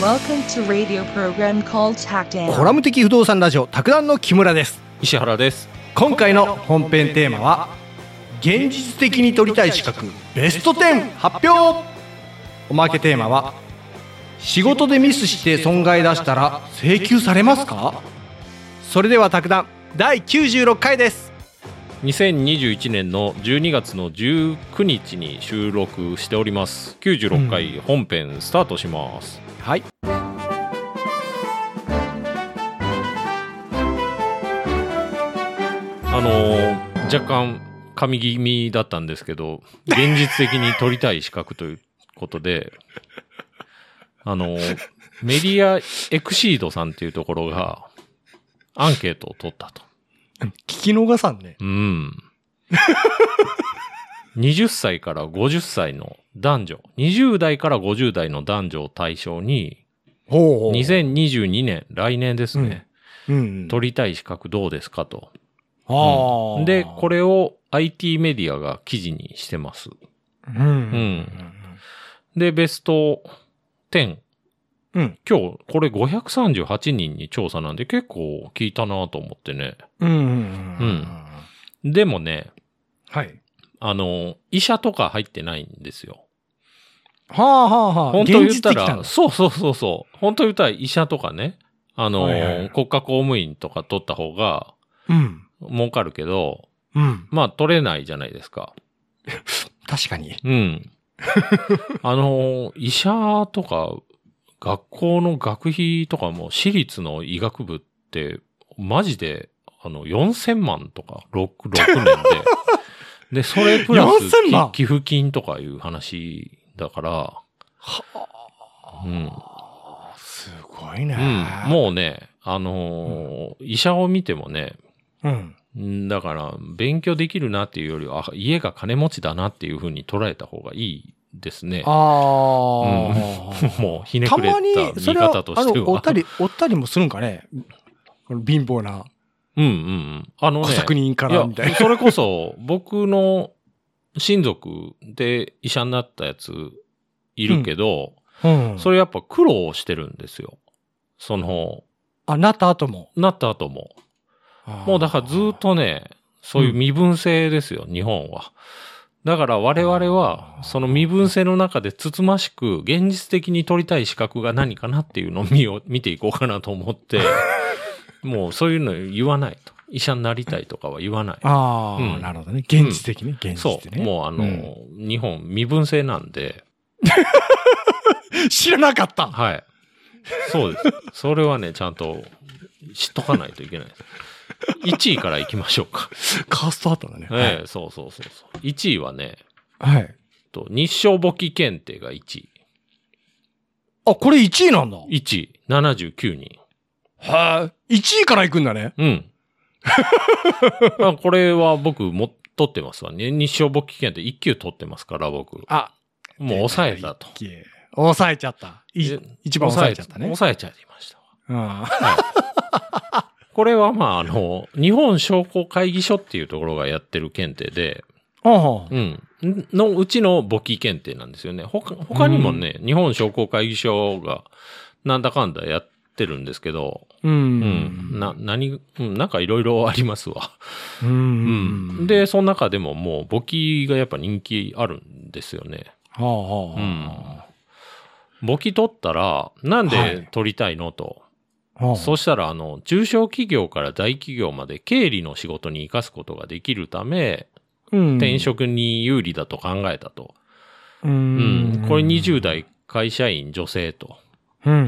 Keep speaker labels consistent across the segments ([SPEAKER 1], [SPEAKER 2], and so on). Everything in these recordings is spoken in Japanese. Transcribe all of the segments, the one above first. [SPEAKER 1] Welcome to radio program called Hackdown.
[SPEAKER 2] コラム的不動産ラジオ卓談の木村です
[SPEAKER 3] 石原です
[SPEAKER 2] 今回の本編テーマは現実的に取りたい資格ベスト10発表おまけテーマは仕事でミスして損害出したら請求されますかそれでは卓談第96回です
[SPEAKER 3] 2021年の12月の19日に収録しております96回本編スタートします、
[SPEAKER 2] はい
[SPEAKER 3] あのー若干神気味だったんですけど現実的に取りたい資格ということで あのーメディアエクシードさんっていうところがアンケートを取ったと
[SPEAKER 2] 聞き逃さんね
[SPEAKER 3] うん。20歳から50歳の男女、20代から50代の男女を対象に、
[SPEAKER 2] ほ
[SPEAKER 3] 2022年、来年ですね、
[SPEAKER 2] うん
[SPEAKER 3] 取りたい資格どうですかと。
[SPEAKER 2] ああ
[SPEAKER 3] で、これを IT メディアが記事にしてます。
[SPEAKER 2] うん
[SPEAKER 3] んで、ベスト10。
[SPEAKER 2] うん
[SPEAKER 3] 今日、これ538人に調査なんで結構聞いたなと思ってね。
[SPEAKER 2] うんうん
[SPEAKER 3] うんでもね、
[SPEAKER 2] はい
[SPEAKER 3] あの、医者とか入ってないんですよ。
[SPEAKER 2] はあはあはあ
[SPEAKER 3] 本当言った
[SPEAKER 2] 現実的なん
[SPEAKER 3] ら、
[SPEAKER 2] だ
[SPEAKER 3] そうそうそうそう。本当言ったら医者とかね、あの、
[SPEAKER 2] はいはいはい
[SPEAKER 3] 国家公務員とか取った方が
[SPEAKER 2] うん
[SPEAKER 3] 儲かるけど、
[SPEAKER 2] うん
[SPEAKER 3] まあ取れないじゃないですか。
[SPEAKER 2] 確かに
[SPEAKER 3] うん。あの、医者とか、学校の学費とかも私立の医学部って、マジで、あの、4000万とか、6、6年 で。で、それプラス
[SPEAKER 2] 4000万
[SPEAKER 3] き寄付金とかいう話だから、うん。
[SPEAKER 2] すごいね
[SPEAKER 3] うん、もうね、あのー医者を見てもね、
[SPEAKER 2] うん。
[SPEAKER 3] んだから、勉強できるなっていうよりは、あ家が金持ちだなっていうふうに捉えた方がいいですね。
[SPEAKER 2] あ あ。
[SPEAKER 3] もう、ひね
[SPEAKER 2] た
[SPEAKER 3] くれた
[SPEAKER 2] まに、そ
[SPEAKER 3] 見
[SPEAKER 2] れは、
[SPEAKER 3] 方と
[SPEAKER 2] あ
[SPEAKER 3] して
[SPEAKER 2] の、おっ
[SPEAKER 3] は。
[SPEAKER 2] たり、おったりもするんかねこの貧乏な
[SPEAKER 3] うんうんうん。あの
[SPEAKER 2] 小
[SPEAKER 3] ね、
[SPEAKER 2] 作人からみたい
[SPEAKER 3] いや、それこそ、僕の親族で医者になったやついるけど、
[SPEAKER 2] な。うん
[SPEAKER 3] それやっぱ苦労してるんですよ。その、
[SPEAKER 2] あ、なった後も。
[SPEAKER 3] なった後も。もうだからずーっとね、そういう身分制ですよ、日本は。だから我々
[SPEAKER 2] あー
[SPEAKER 3] は、その身分制の中でつつましく、現実的に取りたい資格が何かなっていうのを 見よ見ていこうかなと 思って、もうそういうの言わないと。医者になりたいとかは言わない。
[SPEAKER 2] ああ、
[SPEAKER 3] うん
[SPEAKER 2] なるほどね。現実的ね。現実
[SPEAKER 3] そ
[SPEAKER 2] 的
[SPEAKER 3] う、
[SPEAKER 2] ね。
[SPEAKER 3] もうあの、日本身分制なんで、
[SPEAKER 2] うん知らなかった。
[SPEAKER 3] はい。そうです。それはね、ちゃんと知っとかないといけな いです。1位から行きましょうか。
[SPEAKER 2] カーストあったんだね。
[SPEAKER 3] ええ、そうそうそうそう。1位はね、
[SPEAKER 2] はい。はい。
[SPEAKER 3] と、日照簿記検定が1位。
[SPEAKER 2] あ、これ1位なんだ。
[SPEAKER 3] 1位、79人。
[SPEAKER 2] はい。1位から行くんだね。
[SPEAKER 3] うん。まあこれは僕も取ってますわね。日照簿記検定1級取ってますから、僕。も
[SPEAKER 2] あ、
[SPEAKER 3] う抑えたと。
[SPEAKER 2] 一位。抑えちゃった。い
[SPEAKER 3] え
[SPEAKER 2] 一番抑えちゃったね。
[SPEAKER 3] 抑えちゃいましたわ。
[SPEAKER 2] うん。
[SPEAKER 3] これはまあ、あの、日本商工会議所っていうところがやってる検定で、
[SPEAKER 2] あ
[SPEAKER 3] うん。のうちの簿記検定なんですよね。他他にもね、日本商工会議所がなんだかんだやってるんですけど、
[SPEAKER 2] う
[SPEAKER 3] うん。
[SPEAKER 2] ん。
[SPEAKER 3] な、何、うん、なんかいろいろありますわ。
[SPEAKER 2] う
[SPEAKER 3] うん。
[SPEAKER 2] ん。、
[SPEAKER 3] で、その中でももう簿記がやっぱ人気あるんですよね。
[SPEAKER 2] はあはあ。
[SPEAKER 3] うん。簿記取ったら、なんで取りたいのと。
[SPEAKER 2] はあ
[SPEAKER 3] そしたら、あの、中小企業から大企業まで経理の仕事に生かすことができるため、
[SPEAKER 2] うん
[SPEAKER 3] 転職に有利だと考えたと。
[SPEAKER 2] う
[SPEAKER 3] うん
[SPEAKER 2] ん。。
[SPEAKER 3] これ20代会社員女性と。
[SPEAKER 2] うん。う。
[SPEAKER 3] うん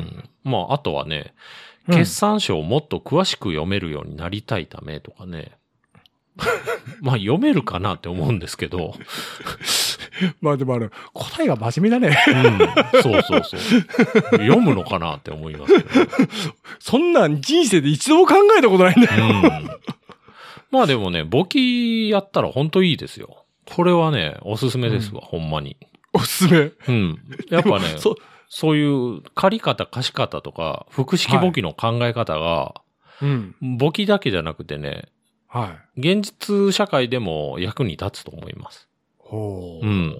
[SPEAKER 3] ん。まあ、あとはね、
[SPEAKER 2] うん
[SPEAKER 3] 決算書をもっと詳しく読めるようになりたいためとかね。 まあ、読めるかなって思うんですけど。
[SPEAKER 2] まあでもあれ、答えが真面目だね。
[SPEAKER 3] うん。そうそうそう。読むのかなって思いますけど。
[SPEAKER 2] そんなん人生で一度も考えたことないんだ
[SPEAKER 3] う
[SPEAKER 2] よ。
[SPEAKER 3] ん。まあでもね、簿記やったら本当いいですよ。これはね、おすすめですわ、ほんまに。
[SPEAKER 2] おすすめ。
[SPEAKER 3] うん。やっぱね、
[SPEAKER 2] そ
[SPEAKER 3] そういう借り方、貸し方とか、複式簿記の考え方が、
[SPEAKER 2] うん。
[SPEAKER 3] 簿記だけじゃなくてね、
[SPEAKER 2] はい。
[SPEAKER 3] 現実社会でも役に立つと思います。
[SPEAKER 2] ほ
[SPEAKER 3] うん。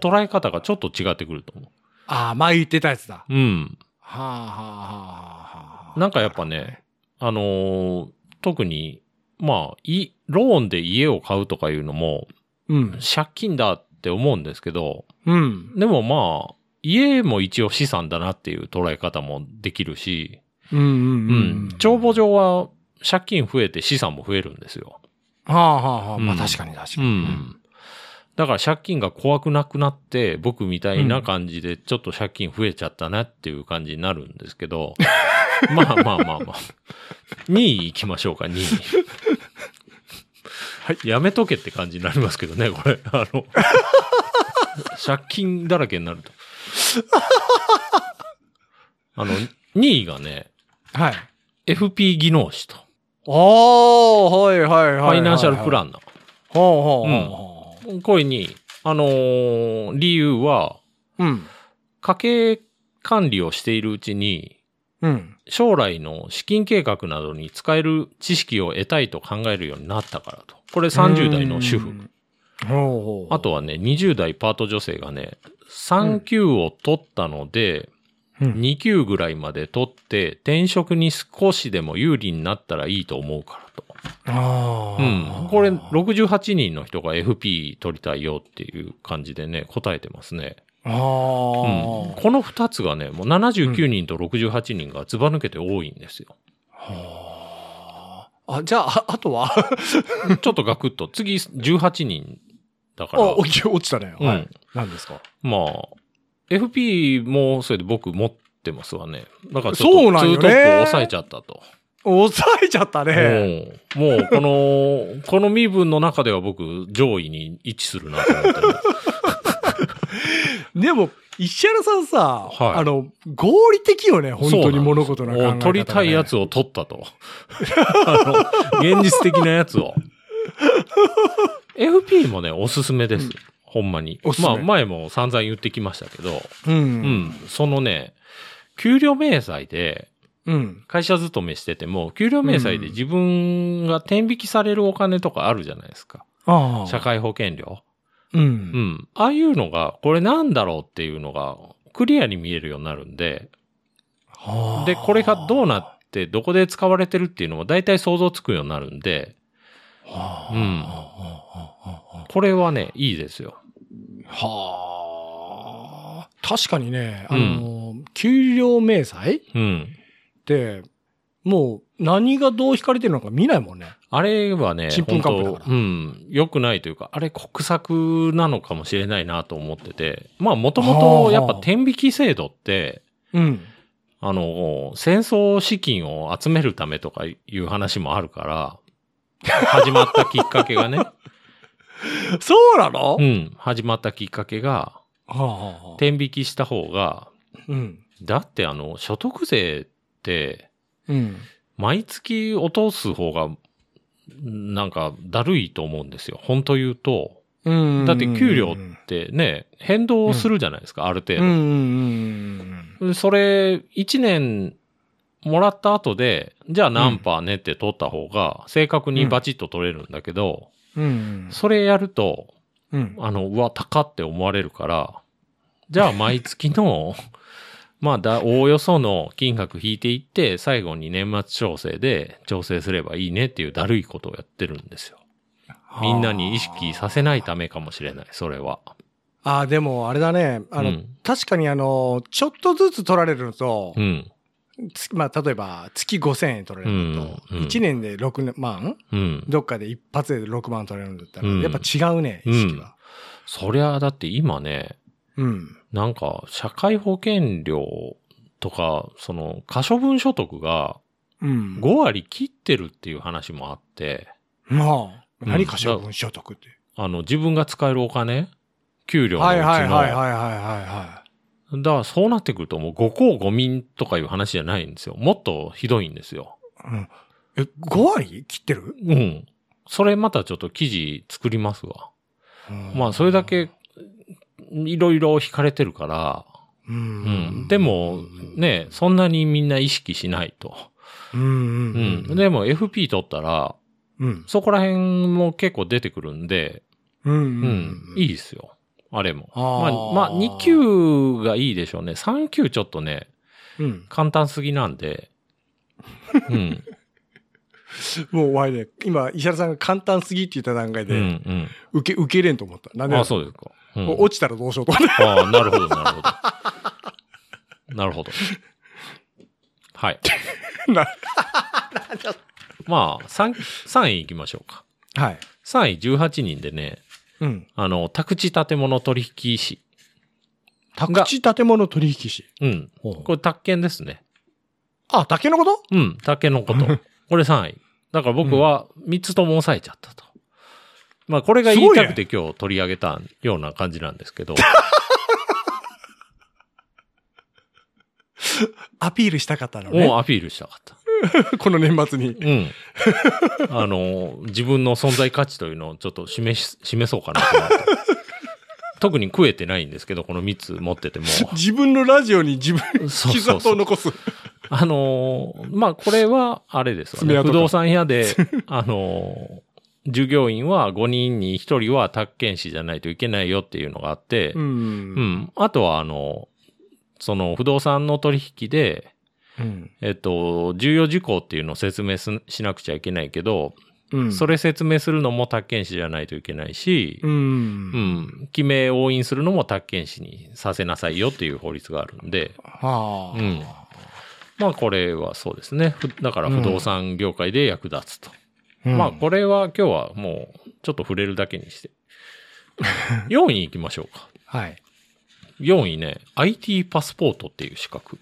[SPEAKER 3] 捉え方がちょっと違ってくると思う。
[SPEAKER 2] ああ、前言ってたやつだ。は
[SPEAKER 3] うん。
[SPEAKER 2] あ、はあはあはあはあ、
[SPEAKER 3] なんかやっぱね、あのー特に、まあ、い、ローンで家を買うとかいうのも、
[SPEAKER 2] うん。
[SPEAKER 3] 借金だって思うんですけど、
[SPEAKER 2] うん。
[SPEAKER 3] でもまあ、家も一応資産だなっていう捉え方もできるし、
[SPEAKER 2] うんうん
[SPEAKER 3] う
[SPEAKER 2] うん
[SPEAKER 3] ん。。帳簿上は借金増えて資産も増えるんですよ。
[SPEAKER 2] はあはあはあ。まあ
[SPEAKER 3] うん
[SPEAKER 2] 確かに確か
[SPEAKER 3] う
[SPEAKER 2] に。
[SPEAKER 3] ん。だから借金が怖くなくなって、僕みたいな感じでちょっと借金増えちゃったなっていう感じになるんですけ ど、まあまあまあまあ。2位行きましょうか、2位。
[SPEAKER 2] はい
[SPEAKER 3] やめとけって感じになりますけどね、これ。あの、借金だらけになると。あの、2位がね、
[SPEAKER 2] はい。
[SPEAKER 3] FP 技能士と、
[SPEAKER 2] おー、はいはいはいはい
[SPEAKER 3] フ
[SPEAKER 2] はい。
[SPEAKER 3] ァイナンシャルプラ
[SPEAKER 2] ン。
[SPEAKER 3] ンナー。
[SPEAKER 2] ほうほうほ
[SPEAKER 3] これに、あのー理由は、
[SPEAKER 2] うほう。うん。
[SPEAKER 3] 家計管理をしているうちに、
[SPEAKER 2] うん。
[SPEAKER 3] 将来の資金計画などに使える知識を得たいと考えるようになったからと。これ30代の主
[SPEAKER 2] う
[SPEAKER 3] 婦。
[SPEAKER 2] ん。ほうほう。
[SPEAKER 3] あとはね、20代パート女性がね、3級を取ったので、
[SPEAKER 2] うん、
[SPEAKER 3] 2級ぐらいまで取って、転職に少しでも有利になったらいいと思うからと。
[SPEAKER 2] あ
[SPEAKER 3] う
[SPEAKER 2] あ。
[SPEAKER 3] ん。これ、68人の人が FP 取りたいよっていう感じでね、答えてますね。
[SPEAKER 2] ああ。
[SPEAKER 3] うんこの2つがね、もう79人と68人がずば抜けて多いんですよ。
[SPEAKER 2] はあ。あ、じゃあ、ああとは
[SPEAKER 3] ちょっとガクッと、次18人だ か
[SPEAKER 2] あ、
[SPEAKER 3] ら、
[SPEAKER 2] 落ち落ちたね。
[SPEAKER 3] うん
[SPEAKER 2] はい。何ですか
[SPEAKER 3] まあ、FP もそれで僕持ってますわね。だからち
[SPEAKER 2] そ
[SPEAKER 3] ょ
[SPEAKER 2] う
[SPEAKER 3] っと
[SPEAKER 2] なん
[SPEAKER 3] ツ
[SPEAKER 2] よ
[SPEAKER 3] ー
[SPEAKER 2] ね
[SPEAKER 3] トップを抑えちゃったと。
[SPEAKER 2] 抑えちゃったね。
[SPEAKER 3] うんもう、この、この身分の中では僕、上位に位置するなと思ってる。
[SPEAKER 2] でも、石原さんさ、
[SPEAKER 3] はい
[SPEAKER 2] あの、合理的よね、本
[SPEAKER 3] そうな
[SPEAKER 2] 当
[SPEAKER 3] んで
[SPEAKER 2] に
[SPEAKER 3] す
[SPEAKER 2] 物事の考え方、
[SPEAKER 3] もう取りたいや。つを取った と。あの、現実的なやつを。FP もね、おすすめです。
[SPEAKER 2] うん
[SPEAKER 3] ほんまに
[SPEAKER 2] おす。すめ
[SPEAKER 3] まあ、前も散々言ってきましたけど、
[SPEAKER 2] う。
[SPEAKER 3] うんん。そのね、給料明細で、
[SPEAKER 2] うん。
[SPEAKER 3] 会社勤めしてても、給料明細で自分が転引きされるお金とかあるじゃないですか。
[SPEAKER 2] ああ。
[SPEAKER 3] 社会保険料。
[SPEAKER 2] う。
[SPEAKER 3] うんん。ああいうのが、これなんだろうっていうのが、クリアに見えるようになるんで、
[SPEAKER 2] はあ
[SPEAKER 3] で、これがどうなって、どこで使われてるっていうのも大体想像つくようになるんで、
[SPEAKER 2] はあ
[SPEAKER 3] うん
[SPEAKER 2] は
[SPEAKER 3] これはね、いいですよ。
[SPEAKER 2] あはあ。確かにね、あの、給料明細っ
[SPEAKER 3] うん。
[SPEAKER 2] て、もう何がどう引かれてるのか見ないもんね。
[SPEAKER 3] あれはね、
[SPEAKER 2] ちんぷんかんぷんだから
[SPEAKER 3] 本当うん、良くないというか、あれ国策なのかもしれないなと思ってて、まあもとも
[SPEAKER 2] あ
[SPEAKER 3] と
[SPEAKER 2] ー
[SPEAKER 3] やっぱ天引き制度って、
[SPEAKER 2] うん。
[SPEAKER 3] あの、戦争資金を集めるためとかいう話もあるから、始まったきっかけが ね、
[SPEAKER 2] そうなの、
[SPEAKER 3] う
[SPEAKER 2] は
[SPEAKER 3] ん、始まったきっかけが、
[SPEAKER 2] あはあはあ
[SPEAKER 3] 天引きした方が、
[SPEAKER 2] うん。
[SPEAKER 3] だってあの、所得税って、
[SPEAKER 2] うん。
[SPEAKER 3] 毎月落とす方が、なんか、だるいと思うんですよ。本当言うと。
[SPEAKER 2] うん
[SPEAKER 3] だって給料ってね、変動するじゃないですか、ある程
[SPEAKER 2] うんうん
[SPEAKER 3] 度。それ、1年もらった後で、じゃあ何パーねって取った方が、正確にバチッと取れるんだけど、
[SPEAKER 2] うんうん。
[SPEAKER 3] それやると、
[SPEAKER 2] うん。
[SPEAKER 3] あの、うわ、高って思われるから、じゃあ毎月の、 まあだ、おおよその金額引いていって、最後に年末調整で調整すればいいねっていうだるいことをやってるんですよ。みんなに意識させないためかもしれない、それは。
[SPEAKER 2] ああ、でもあれだね。あの、
[SPEAKER 3] うん
[SPEAKER 2] 確かにあの、ちょっとずつ取られるのと、
[SPEAKER 3] うん。
[SPEAKER 2] つまあ、例えば月5000円取られるのと、
[SPEAKER 3] うんうん
[SPEAKER 2] 1年で6万
[SPEAKER 3] うん。
[SPEAKER 2] どっかで一発で6万取れるんだったら、
[SPEAKER 3] うん
[SPEAKER 2] やっぱ違うね、意識は。
[SPEAKER 3] そりゃ、だって今ね、
[SPEAKER 2] うん。
[SPEAKER 3] なんか、社会保険料とか、その、可処分所得が
[SPEAKER 2] うん。
[SPEAKER 3] 5割切ってるっていう話もあって、
[SPEAKER 2] まあ、
[SPEAKER 3] うん
[SPEAKER 2] 何かしら分所得って。
[SPEAKER 3] あの、自分が使えるお金給料のう
[SPEAKER 2] は
[SPEAKER 3] ち
[SPEAKER 2] い
[SPEAKER 3] の。
[SPEAKER 2] はいはいはいはいは
[SPEAKER 3] だからそうなってくるともう五公五民とかいう話じゃないんですよ。もっとひどいんですよ。
[SPEAKER 2] いはい。うん、え、5割切ってる、
[SPEAKER 3] うん。それまたちょっと記事作りますわ。
[SPEAKER 2] うん
[SPEAKER 3] まあそれだ、けいろいろ惹かれてるから、
[SPEAKER 2] う
[SPEAKER 3] うん。でもね、そんなにみんな意識しないと。
[SPEAKER 2] うんうん
[SPEAKER 3] う
[SPEAKER 2] うん。
[SPEAKER 3] ん。でも FP 取ったら、
[SPEAKER 2] うん、
[SPEAKER 3] そこら辺も結構出てくるんで、
[SPEAKER 2] うんう
[SPEAKER 3] うん
[SPEAKER 2] うん
[SPEAKER 3] ん。いいですよ。あれも。
[SPEAKER 2] あー
[SPEAKER 3] まあ、まあ、2級がいいでしょうね。3級ちょっとね、
[SPEAKER 2] うん。
[SPEAKER 3] 簡単すぎなんで。 うん。
[SPEAKER 2] もう、わいね、今、石原さんが簡単すぎって言った段階
[SPEAKER 3] う
[SPEAKER 2] で、
[SPEAKER 3] ん、
[SPEAKER 2] 受け、受け入れんと思った。な
[SPEAKER 3] うんん。
[SPEAKER 2] で
[SPEAKER 3] あ、そうですか。うん、
[SPEAKER 2] 落ちたらどうしようと思って。
[SPEAKER 3] ああ、なるほど、なるほど。なるほど。はい。
[SPEAKER 2] な
[SPEAKER 3] まあ、3、3位行きましょうか。
[SPEAKER 2] はい。
[SPEAKER 3] 3位18人でね、
[SPEAKER 2] うん。
[SPEAKER 3] あの、宅地建物取引士。
[SPEAKER 2] 宅地建物取引士。
[SPEAKER 3] うん。
[SPEAKER 2] ほう
[SPEAKER 3] これ、宅建ですね。
[SPEAKER 2] あ、竹のこと
[SPEAKER 3] うん、竹のこと。これ3位。だから僕は3つとも抑えちゃったと。まあ、これが言いたくて今日取り上げたような感じなんですけど。
[SPEAKER 2] アピールしたかったのね。
[SPEAKER 3] をアピールしたかった。
[SPEAKER 2] この年末に。
[SPEAKER 3] うん。あの、自分の存在価値というのをちょっと示し、示そうかなと思って。特に食えてないんですけど、この3つ持って ても。
[SPEAKER 2] 自分のラジオに自分、
[SPEAKER 3] そう
[SPEAKER 2] 傷
[SPEAKER 3] そう
[SPEAKER 2] 跡
[SPEAKER 3] そ
[SPEAKER 2] を
[SPEAKER 3] う。
[SPEAKER 2] 残す。
[SPEAKER 3] あのーまあ、これは、あれですわ
[SPEAKER 2] 爪
[SPEAKER 3] ね。
[SPEAKER 2] 痕
[SPEAKER 3] 不
[SPEAKER 2] か
[SPEAKER 3] 動産 屋で、あのー従業員は5人に1人は宅建士じゃないといけないよっていうのがあって、
[SPEAKER 2] う。
[SPEAKER 3] うんん。あとは、あの、その不動産の取引で、
[SPEAKER 2] うん。
[SPEAKER 3] えっと、重要事項っていうのを説明すしなくちゃいけないけど、
[SPEAKER 2] うん。
[SPEAKER 3] それ説明するのも宅建士じゃないといけないし
[SPEAKER 2] う、ん。
[SPEAKER 3] うん、記名押印するのも宅建士にさせなさいよっていう法律があるんで、
[SPEAKER 2] は
[SPEAKER 3] う
[SPEAKER 2] あ。
[SPEAKER 3] ん。まあこれはそうですね。ふだから不動産業界で役立つと。
[SPEAKER 2] うん
[SPEAKER 3] まあこれは今日はもうちょっと触れるだけ にして。4位行きましょうか。
[SPEAKER 2] はい。
[SPEAKER 3] 4位ね、IT パスポートっていう 資格。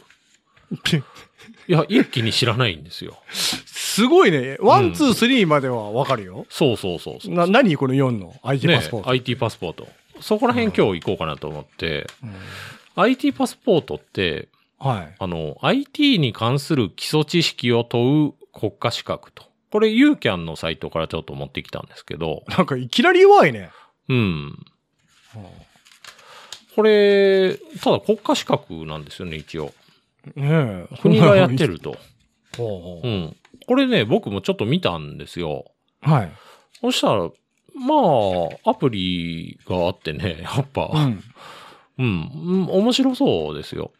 [SPEAKER 3] いや、一気に知らないんですよ。
[SPEAKER 2] すごいね。ワ
[SPEAKER 3] う
[SPEAKER 2] ン、
[SPEAKER 3] ん
[SPEAKER 2] ツー、スリーまではわかるよ。
[SPEAKER 3] そうそうそうそう。
[SPEAKER 2] な、何この4の IT
[SPEAKER 3] ね
[SPEAKER 2] パスポート。
[SPEAKER 3] IT パスポート。そこら辺今日行こうかなと思って、
[SPEAKER 2] うん
[SPEAKER 3] IT パスポートって、
[SPEAKER 2] はい。
[SPEAKER 3] あの、IT に関する基礎知識を問う国家資格と。これ、ユーキャンのサイトからちょっと持ってきたんですけど、
[SPEAKER 2] なんかいきなり弱いね。
[SPEAKER 3] うん。これ、ただ国家資格なんですよね、一応。
[SPEAKER 2] ねえ
[SPEAKER 3] 国がやっ て。る と。
[SPEAKER 2] ほう
[SPEAKER 3] う
[SPEAKER 2] ほ
[SPEAKER 3] ん。これね、僕もちょっと見たんですよ。
[SPEAKER 2] うはい。
[SPEAKER 3] そしたら、まあ、アプリがあってね、 やっぱ、
[SPEAKER 2] うん
[SPEAKER 3] うん、うん面白そうですよ。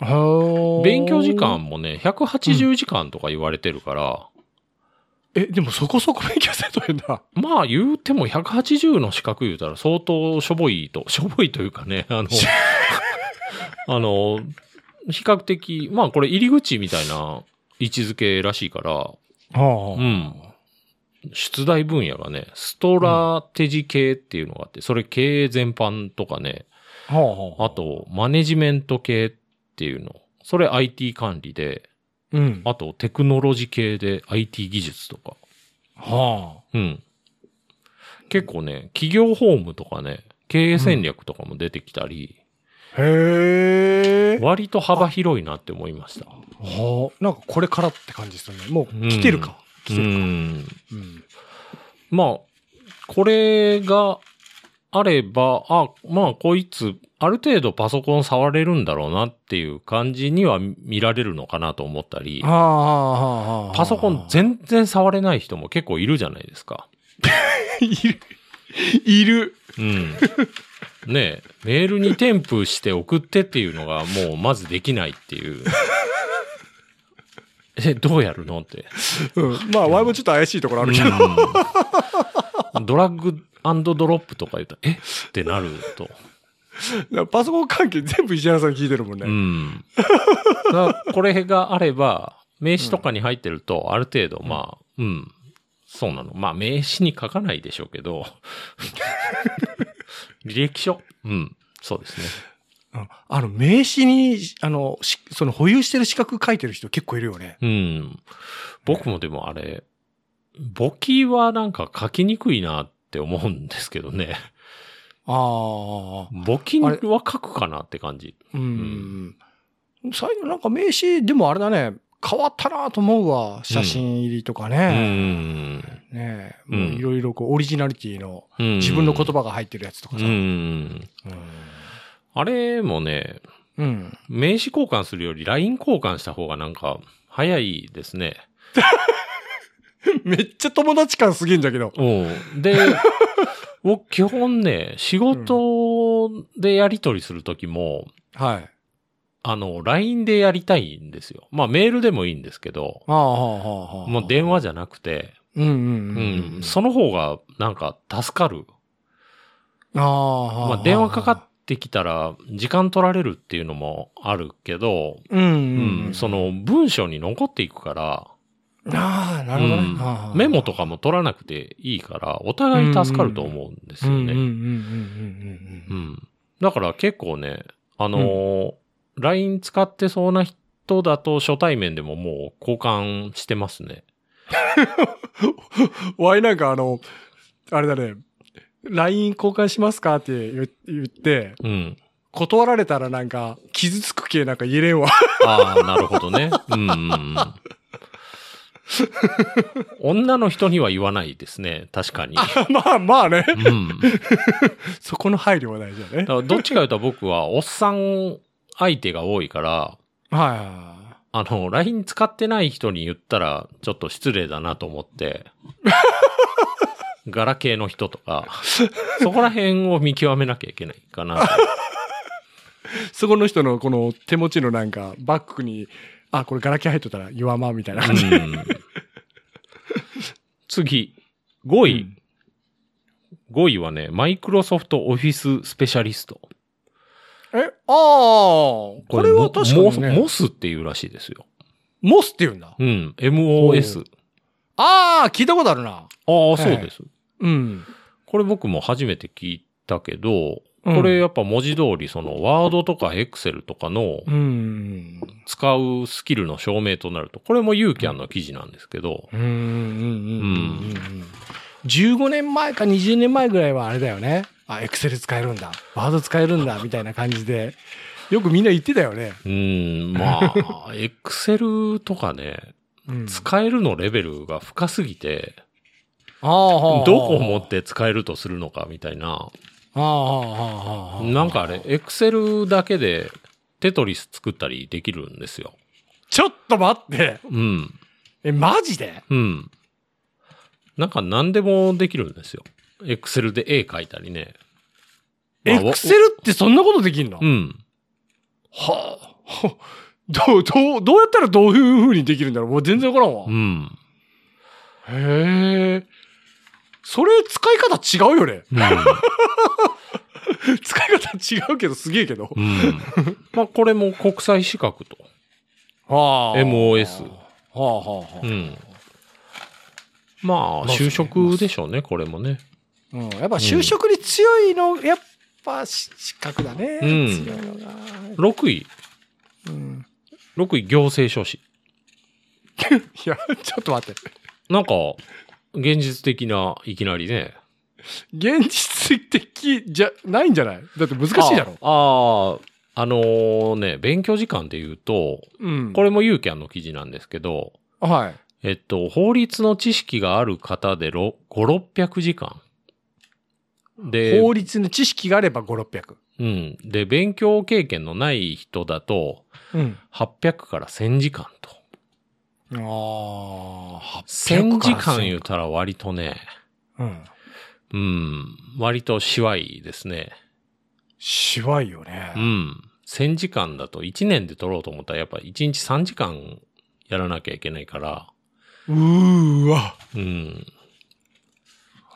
[SPEAKER 2] はあ
[SPEAKER 3] 勉強時。間もね、180時間とか言われてるから、
[SPEAKER 2] え、でもそこそこ勉強せんと変だ。
[SPEAKER 3] まあ言うても180の資格言うたら相当しょぼいと、 しょぼいというかね、あの、あの、比較的、まあこれ入り口みたいな位置づけらしいから、
[SPEAKER 2] は
[SPEAKER 3] う
[SPEAKER 2] あ。
[SPEAKER 3] ん。出題分野がね、ストラテジ系っていうのがあって、それ経営全般とかね、
[SPEAKER 2] はあ。
[SPEAKER 3] あ、とマネジメント系っていうの、それ IT 管理で、
[SPEAKER 2] うん。
[SPEAKER 3] あとテクノロジー系で IT 技術とか、
[SPEAKER 2] は
[SPEAKER 3] うん。結構ね、企業法務とかね、経営戦略とかも出てきたり、
[SPEAKER 2] あ。へえ。
[SPEAKER 3] 割と幅広いなって思いました。
[SPEAKER 2] はあ。なんかこれからって感じですよね。もう来てるか。来てる
[SPEAKER 3] う
[SPEAKER 2] か。う
[SPEAKER 3] ん。
[SPEAKER 2] ん。
[SPEAKER 3] まあ、これがあれば、あ、まあこいつ、ある程度パソコン触れるんだろうなっていう感じには見られるのかなと思ったり
[SPEAKER 2] は、あはあはあはあ。
[SPEAKER 3] パソコン全然触れない人も結構いるじゃないですか。
[SPEAKER 2] いる。いる。
[SPEAKER 3] うん。ねえ、メールに添付して送ってっていうのがもうまずできないっていう。 え、どうやるのって。
[SPEAKER 2] うん。まあ、ワイもちょっと怪しいところあるけど。
[SPEAKER 3] うんドラッグドロップとか言ったら、えってなると。
[SPEAKER 2] パソコン関係全部石原さん聞いてるもんね。
[SPEAKER 3] うん。だからこれがあれ ば、名刺とかに入ってると、ある程度、まあ、うん。そうなの。まあ、名刺に書かないでしょうけ ど、履歴書うん。そうですね。
[SPEAKER 2] うんあの、名刺に、あの、しその保有してる資格書いてる人結構いるよね。
[SPEAKER 3] うん。僕もでもあれ、簿記はなんか書きにくいなって思うんですけどね。
[SPEAKER 2] ああ。
[SPEAKER 3] 簿記は書くかなって感じ。
[SPEAKER 2] うん。最後なんか名刺、でもあれだね、変わったなと思うわ。写真入りとか
[SPEAKER 3] う
[SPEAKER 2] ね。
[SPEAKER 3] ん。
[SPEAKER 2] ね
[SPEAKER 3] う
[SPEAKER 2] え
[SPEAKER 3] ん
[SPEAKER 2] もういろいろこう、オリジナリティの、
[SPEAKER 3] うん
[SPEAKER 2] 自分の言葉が入ってるやつとか
[SPEAKER 3] う
[SPEAKER 2] さ。
[SPEAKER 3] ん。あれもね、
[SPEAKER 2] うん。うん
[SPEAKER 3] 名刺交換するより LINE 交換した方がなんか早いですね。
[SPEAKER 2] めっちゃ友達感すげえんだけど。
[SPEAKER 3] うん。で、僕、基本ね、仕事でやり取りするときも、
[SPEAKER 2] はい。
[SPEAKER 3] あの、LINE でやりたいんですよ。まあ、メールでもいいんですけど、
[SPEAKER 2] ああ、はあ、はあ。
[SPEAKER 3] もう電話じゃなくて、
[SPEAKER 2] うんうん
[SPEAKER 3] う
[SPEAKER 2] うんん。、
[SPEAKER 3] その方が、なんか、助かる。
[SPEAKER 2] ああ、はあ。
[SPEAKER 3] まあ、電話かかってきたら、時間取られるっていうのもあるけど、
[SPEAKER 2] うん
[SPEAKER 3] うん
[SPEAKER 2] うん。
[SPEAKER 3] そ。の、文章に残っていくから、
[SPEAKER 2] ああ、なるほど
[SPEAKER 3] うん
[SPEAKER 2] ね。はあはあ
[SPEAKER 3] メモとかも取らなくていいから、お互い助かると思うんですよ
[SPEAKER 2] うんうんうん
[SPEAKER 3] ね。
[SPEAKER 2] うんう
[SPEAKER 3] う
[SPEAKER 2] んうん
[SPEAKER 3] ん。だから結構ね、あのー LINE 使ってそうな人だと初対面でももう交換してますね。
[SPEAKER 2] うん。わいなんかあの、あれだね、LINE 交換しますかって言言って、
[SPEAKER 3] うん。
[SPEAKER 2] 断られたらなんか、傷つく系なんか言えれんわ。
[SPEAKER 3] ああ、なるほどね。うんうんうん。女の人には言わないですね。確かに。
[SPEAKER 2] まあまあね
[SPEAKER 3] う。ん。だ
[SPEAKER 2] そこの配慮は大事だね。
[SPEAKER 3] からどっちか言うと僕はおっさん相手が多いから、
[SPEAKER 2] は
[SPEAKER 3] あの、LINE 使ってない人に言ったら、ちょっと失礼だなと思 って、ガラケーの人とか、そこら辺を見極めなきゃいけないかなと。
[SPEAKER 2] い。そこの人のこの手持ちのなんかバッグに、あ、これガラケー入っとったら弱まみたいな
[SPEAKER 3] う
[SPEAKER 2] 感じ。
[SPEAKER 3] ん次、5位。5位はね、マイクロソフトオフィススペシャリスト。
[SPEAKER 2] え、ああ、これは確かに、
[SPEAKER 3] モ
[SPEAKER 2] ね、
[SPEAKER 3] モスっていうらしいですよ。
[SPEAKER 2] モスって言うんだ。
[SPEAKER 3] うん、MOS。
[SPEAKER 2] ああ、聞いたことあるな。
[SPEAKER 3] ああ、そうです。
[SPEAKER 2] うん。
[SPEAKER 3] これ僕も初めて聞いたけど、
[SPEAKER 2] うん
[SPEAKER 3] これやっぱ文字通りそのワードとかエクセルとかの
[SPEAKER 2] うん。
[SPEAKER 3] 使うスキルの証明となると、これもユーキャンの記事なんですけど、
[SPEAKER 2] うんうんうんうんうん15年前か20年前ぐらいはあれだよね。あ、エクセル使えるんだ。ワード使えるんだ、みたいな感じで。よくみんな言ってたよね。
[SPEAKER 3] うーん、ま あ、エクセルとかね、
[SPEAKER 2] うん
[SPEAKER 3] 使えるのレベルが深すぎて、
[SPEAKER 2] ああ
[SPEAKER 3] ど
[SPEAKER 2] はあ
[SPEAKER 3] こを持って使えるとするのかみたいな。
[SPEAKER 2] ああはあはあはあ
[SPEAKER 3] なんかあれ、エクセルだけでテトリス作ったりできるんですよ。
[SPEAKER 2] ちょっと待って。
[SPEAKER 3] うん、
[SPEAKER 2] え、マジで
[SPEAKER 3] うん。なんか何でもできるんですよ。エクセルで絵描いたりね。まあ
[SPEAKER 2] エクセルってそんなことできんの
[SPEAKER 3] うん。
[SPEAKER 2] は あ。ほどう、どう、どうやったらどういう風にできるんだろうもう全然わからんわ。
[SPEAKER 3] うん。
[SPEAKER 2] へえ。それ使い方違うよね。
[SPEAKER 3] うん。
[SPEAKER 2] 使い方違うけどすげえけど
[SPEAKER 3] う。ん。まあ、これも国際資格と。
[SPEAKER 2] は
[SPEAKER 3] MOS
[SPEAKER 2] はあはあはあ
[SPEAKER 3] う。ん。まあ、
[SPEAKER 2] まあ
[SPEAKER 3] 就職でしょうね、これもね。
[SPEAKER 2] うん、やっぱ就職に強いの、やっぱし資格だね。
[SPEAKER 3] うん
[SPEAKER 2] 強いのが。
[SPEAKER 3] 6位、
[SPEAKER 2] うん。
[SPEAKER 3] 6位、行政書士。
[SPEAKER 2] いや、ちょっと待って。
[SPEAKER 3] なんか、現実的な、いきなりね。
[SPEAKER 2] 現実的じゃないんじゃないだって難しいだろ。
[SPEAKER 3] ああ、あのね、勉強時間で言うと、
[SPEAKER 2] うん。
[SPEAKER 3] これもユーキャンの記事なんですけど、
[SPEAKER 2] れ。はい。
[SPEAKER 3] えっと、法律の知識がある方でろ5、600時間。で、
[SPEAKER 2] 法律の知識があれば5、600。
[SPEAKER 3] うん。で、勉強経験のない人だと、
[SPEAKER 2] うん。
[SPEAKER 3] 800から1000時間と。
[SPEAKER 2] ああ、
[SPEAKER 3] 1000時間言
[SPEAKER 2] よ
[SPEAKER 3] うたら割とね、
[SPEAKER 2] うん。
[SPEAKER 3] うん、割としわいですね。
[SPEAKER 2] しわいよね。
[SPEAKER 3] うん。1000時間だと1年で取ろうと思ったらやっぱ1日3時間やらなきゃいけないから、
[SPEAKER 2] うーわ。
[SPEAKER 3] うん。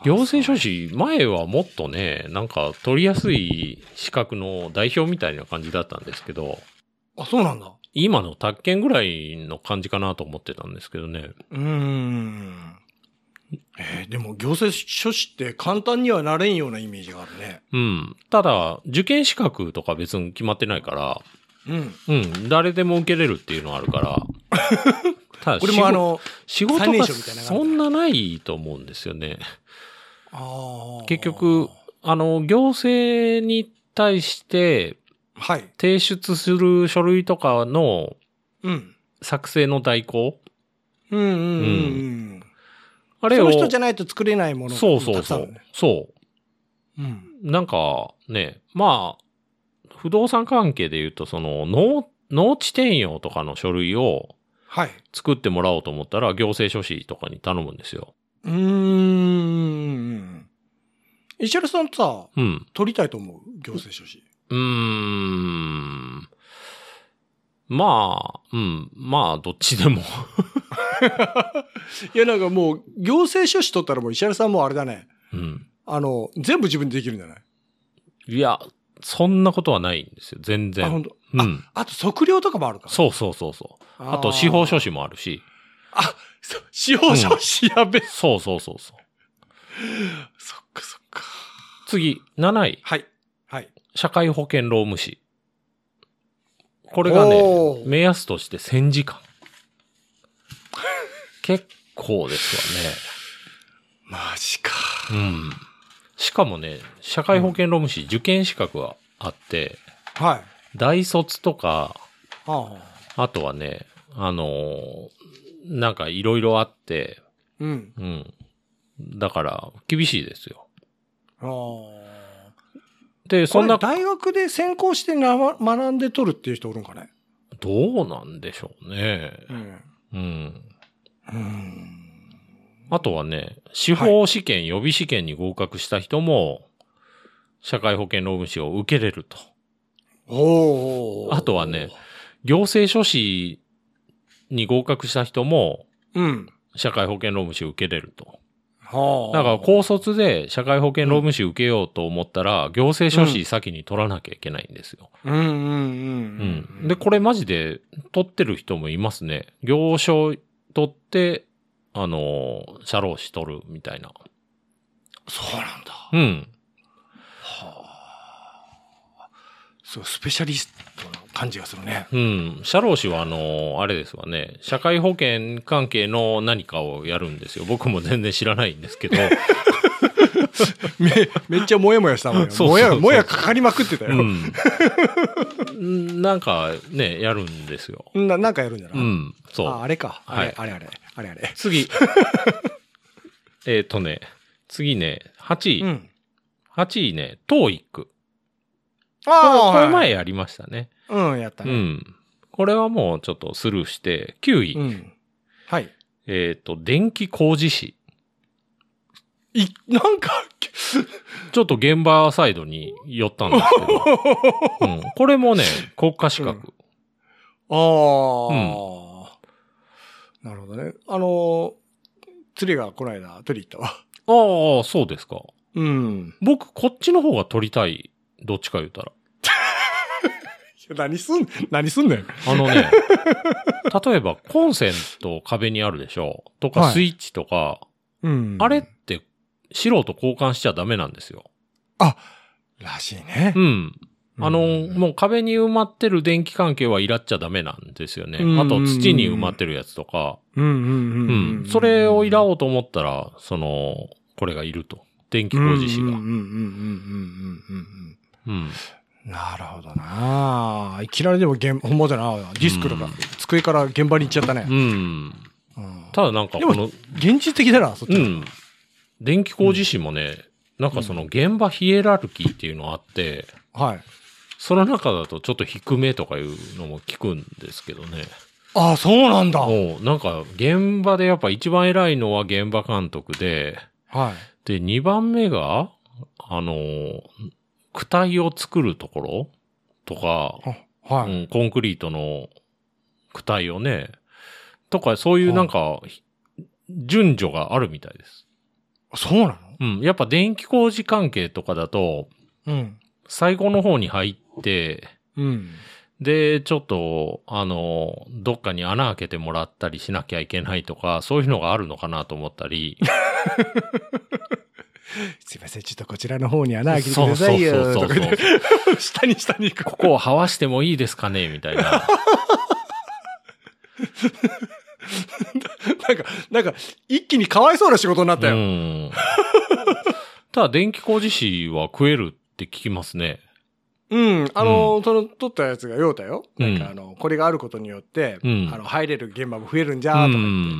[SPEAKER 3] 行政書士、前はもっとね、なんか取りやすい資格の代表みたいな感じだったんですけど、
[SPEAKER 2] あ、そうなんだ。
[SPEAKER 3] 今の宅建ぐらいの感じかなと思ってたんですけどね。
[SPEAKER 2] うーん。えーでも行政書士って簡単にはなれんようなイメージがあるね。
[SPEAKER 3] うん。ただ、受験資格とか別に決まってないから、
[SPEAKER 2] うん。
[SPEAKER 3] うん、誰でも受けれるっていうのはある から。ただ
[SPEAKER 2] これもあ、の、
[SPEAKER 3] 仕事仕
[SPEAKER 2] 最年
[SPEAKER 3] 事が
[SPEAKER 2] 少みたいな感じ
[SPEAKER 3] そんなないと思うんですよね。
[SPEAKER 2] あー
[SPEAKER 3] 結局、あの、行政に対して、
[SPEAKER 2] はい。
[SPEAKER 3] 提出する書類とかの
[SPEAKER 2] うん。
[SPEAKER 3] 作成の代行
[SPEAKER 2] うんうんうん
[SPEAKER 3] う
[SPEAKER 2] うん。
[SPEAKER 3] あ
[SPEAKER 2] そ
[SPEAKER 3] れ
[SPEAKER 2] の
[SPEAKER 3] を。
[SPEAKER 2] 人じゃないと作れないものが
[SPEAKER 3] そうそ
[SPEAKER 2] た
[SPEAKER 3] う
[SPEAKER 2] くさ
[SPEAKER 3] そ
[SPEAKER 2] んある
[SPEAKER 3] う
[SPEAKER 2] ね。。
[SPEAKER 3] そうう。なんかね、まあ、不動産関係で言うと、その農、農地転用とかの書類を
[SPEAKER 2] はい。
[SPEAKER 3] 作ってもらおうと思ったら、行政書士とかに頼むんですよ。
[SPEAKER 2] うーん。石原さんさ、
[SPEAKER 3] うん。
[SPEAKER 2] 取りたいと思う行政書士。
[SPEAKER 3] うーん。まあ、うん。まあ、どっちでも。
[SPEAKER 2] いや、なんかもう、行政書士取ったらもう石原さんもうあれだね。
[SPEAKER 3] うん。
[SPEAKER 2] あの、全部自分でできるんじゃない
[SPEAKER 3] いや、そんなことはないんですよ。全
[SPEAKER 2] あ、本
[SPEAKER 3] 然。
[SPEAKER 2] 当。
[SPEAKER 3] うん。
[SPEAKER 2] あと測量とかもあるか。
[SPEAKER 3] そうそうそうそう。あと、司法書。士もあるし。
[SPEAKER 2] あ、そう司法書士やべえ。
[SPEAKER 3] そうそうそうそう。
[SPEAKER 2] そっかそっか。
[SPEAKER 3] 次、7位。
[SPEAKER 2] はい。はい。
[SPEAKER 3] 社会保険労務士。これがね
[SPEAKER 2] お、ー
[SPEAKER 3] 目安として1000時間。結構です
[SPEAKER 2] マジか。
[SPEAKER 3] わね。うん。しかもね、社会保険労務士受験資格があって、
[SPEAKER 2] はい。
[SPEAKER 3] 大卒とか、
[SPEAKER 2] はあ。
[SPEAKER 3] あとはね、あのーなんかいろいろあって、
[SPEAKER 2] うん。
[SPEAKER 3] うん。だから、厳しいですよ。
[SPEAKER 2] ああ。
[SPEAKER 3] で、そ
[SPEAKER 2] そん
[SPEAKER 3] んな
[SPEAKER 2] な。、大学で専攻してなま学んで取るっていう人おるんかね。
[SPEAKER 3] どうなんでしょうね。
[SPEAKER 2] うん。
[SPEAKER 3] うん。
[SPEAKER 2] うん。
[SPEAKER 3] あとはね、司法試験、予備試験に合格した人も、社会保険労務士を受けれると。
[SPEAKER 2] おー
[SPEAKER 3] あとはね、行政書士に合格した人も、
[SPEAKER 2] うん。
[SPEAKER 3] 社会保険労務士を受けれると。
[SPEAKER 2] は
[SPEAKER 3] だから、高卒で社会保険労務士受けようと思ったら、行政書士先に取らなきゃいけないんですよ。
[SPEAKER 2] うんうんう
[SPEAKER 3] う
[SPEAKER 2] んうん
[SPEAKER 3] ん。。で、これマジで取ってる人もいますね。行商取って、あの、社労士取るみたいな。
[SPEAKER 2] そうなんだ。
[SPEAKER 3] うん。
[SPEAKER 2] そう、スペシャリストな感じがするね。
[SPEAKER 3] うん。社労士は、あの、あれですわね。社会保険関係の何かをやるんですよ。僕も全然知らないんです けど。
[SPEAKER 2] め、 めっちゃもやもやしたもんよ。
[SPEAKER 3] そ
[SPEAKER 2] も
[SPEAKER 3] うそうそう
[SPEAKER 2] や、もやかかりまくってた
[SPEAKER 3] う
[SPEAKER 2] よ。
[SPEAKER 3] ん。なんか、ね、やるんですよ。
[SPEAKER 2] な、なんかやるんじゃな
[SPEAKER 3] う
[SPEAKER 2] い
[SPEAKER 3] ん。そ
[SPEAKER 2] あ、
[SPEAKER 3] う。
[SPEAKER 2] あれか。あ
[SPEAKER 3] はい
[SPEAKER 2] れ、あれあれ。あれあれ。
[SPEAKER 3] 次。 えっとね、次ね、8
[SPEAKER 2] う
[SPEAKER 3] 位。
[SPEAKER 2] ん。
[SPEAKER 3] 8位ね、トーイック。
[SPEAKER 2] あ
[SPEAKER 3] これ前
[SPEAKER 2] や。
[SPEAKER 3] やりましたね。
[SPEAKER 2] うん、やった
[SPEAKER 3] う
[SPEAKER 2] ね。
[SPEAKER 3] ん。これはもうちょっとスルーして、9位。
[SPEAKER 2] うん。はい。
[SPEAKER 3] えっ、と、電気工事士。
[SPEAKER 2] い、なん か、
[SPEAKER 3] ちょっと現場サイドに寄ったんですけど。うん、これもね、国家資格。
[SPEAKER 2] ああ、なるほどね。あのー、釣りがこの間取り行ったわ。
[SPEAKER 3] ああ、そうですか。
[SPEAKER 2] うん。
[SPEAKER 3] 僕、こっちの方が取りたい。どっちか言うたら。
[SPEAKER 2] 何すん、何すんねん。
[SPEAKER 3] あ のね、例えばコンセント壁にあるでしょとか、
[SPEAKER 2] はい
[SPEAKER 3] スイッチとか、
[SPEAKER 2] うん
[SPEAKER 3] あれって素人交換しちゃダメなんですよ。
[SPEAKER 2] らしいね
[SPEAKER 3] う。ん。あの、
[SPEAKER 2] うん
[SPEAKER 3] もう壁に埋まってる電気関係はいらっちゃダメなんですよね。
[SPEAKER 2] うん
[SPEAKER 3] あと土に埋まってるやつとか、
[SPEAKER 2] うんうん
[SPEAKER 3] う
[SPEAKER 2] うん
[SPEAKER 3] ん。それをいらおうと思ったら、その、これがいると。電気工事士が。
[SPEAKER 2] うんうんうんうんうんうんうん
[SPEAKER 3] うん
[SPEAKER 2] うん。なるほどな。いきなりでも現、ほんまだな。ディスクとか、
[SPEAKER 3] うん
[SPEAKER 2] 机から現場に行っちゃったね
[SPEAKER 3] う。ん。
[SPEAKER 2] うん
[SPEAKER 3] ただなんかこの、
[SPEAKER 2] 現実的だな、そっち
[SPEAKER 3] う
[SPEAKER 2] の。
[SPEAKER 3] ん。電気工事士もね、なんかその現場ヒエラルキーっていうのあって、
[SPEAKER 2] はい。
[SPEAKER 3] その中だとちょっと低めとかいうのも聞くんですけどね。
[SPEAKER 2] ああ、そうなんだ。はい。
[SPEAKER 3] もうなんか現場でやっぱ一番偉いのは現場監督で、で、2番目が、あのー、躯体を作るところとか、
[SPEAKER 2] あは
[SPEAKER 3] う
[SPEAKER 2] い。
[SPEAKER 3] ん、コンクリートの躯体をね、とか、そういうなんか、ひ順序があるみたいです。
[SPEAKER 2] そうなの
[SPEAKER 3] うん。やっぱ電気工事関係とかだと、
[SPEAKER 2] うん。
[SPEAKER 3] 最後の方に入って、
[SPEAKER 2] うん。
[SPEAKER 3] で、ちょっと、あの、どっかに穴開けてもらったりしなきゃいけないとか、そういうのがあるのかなと思ったり、
[SPEAKER 2] すいません、ちょっとこちらの方に穴開けてくださいよ。とか言って下に下に行く。
[SPEAKER 3] ここをはわしてもいいですかねみたいな。
[SPEAKER 2] なんか、なんか、一気にかわいそうな仕事になった
[SPEAKER 3] う
[SPEAKER 2] よ。
[SPEAKER 3] ん。 ただ、電気工事士は食えるって聞きますね。
[SPEAKER 2] うん。あの、その、取ったやつが用だよ。
[SPEAKER 3] う
[SPEAKER 2] なんんか、あの、これがあることによって、
[SPEAKER 3] うん
[SPEAKER 2] あの、入れる現場も増えるんじ
[SPEAKER 3] う
[SPEAKER 2] ゃーとか言って。
[SPEAKER 3] ん。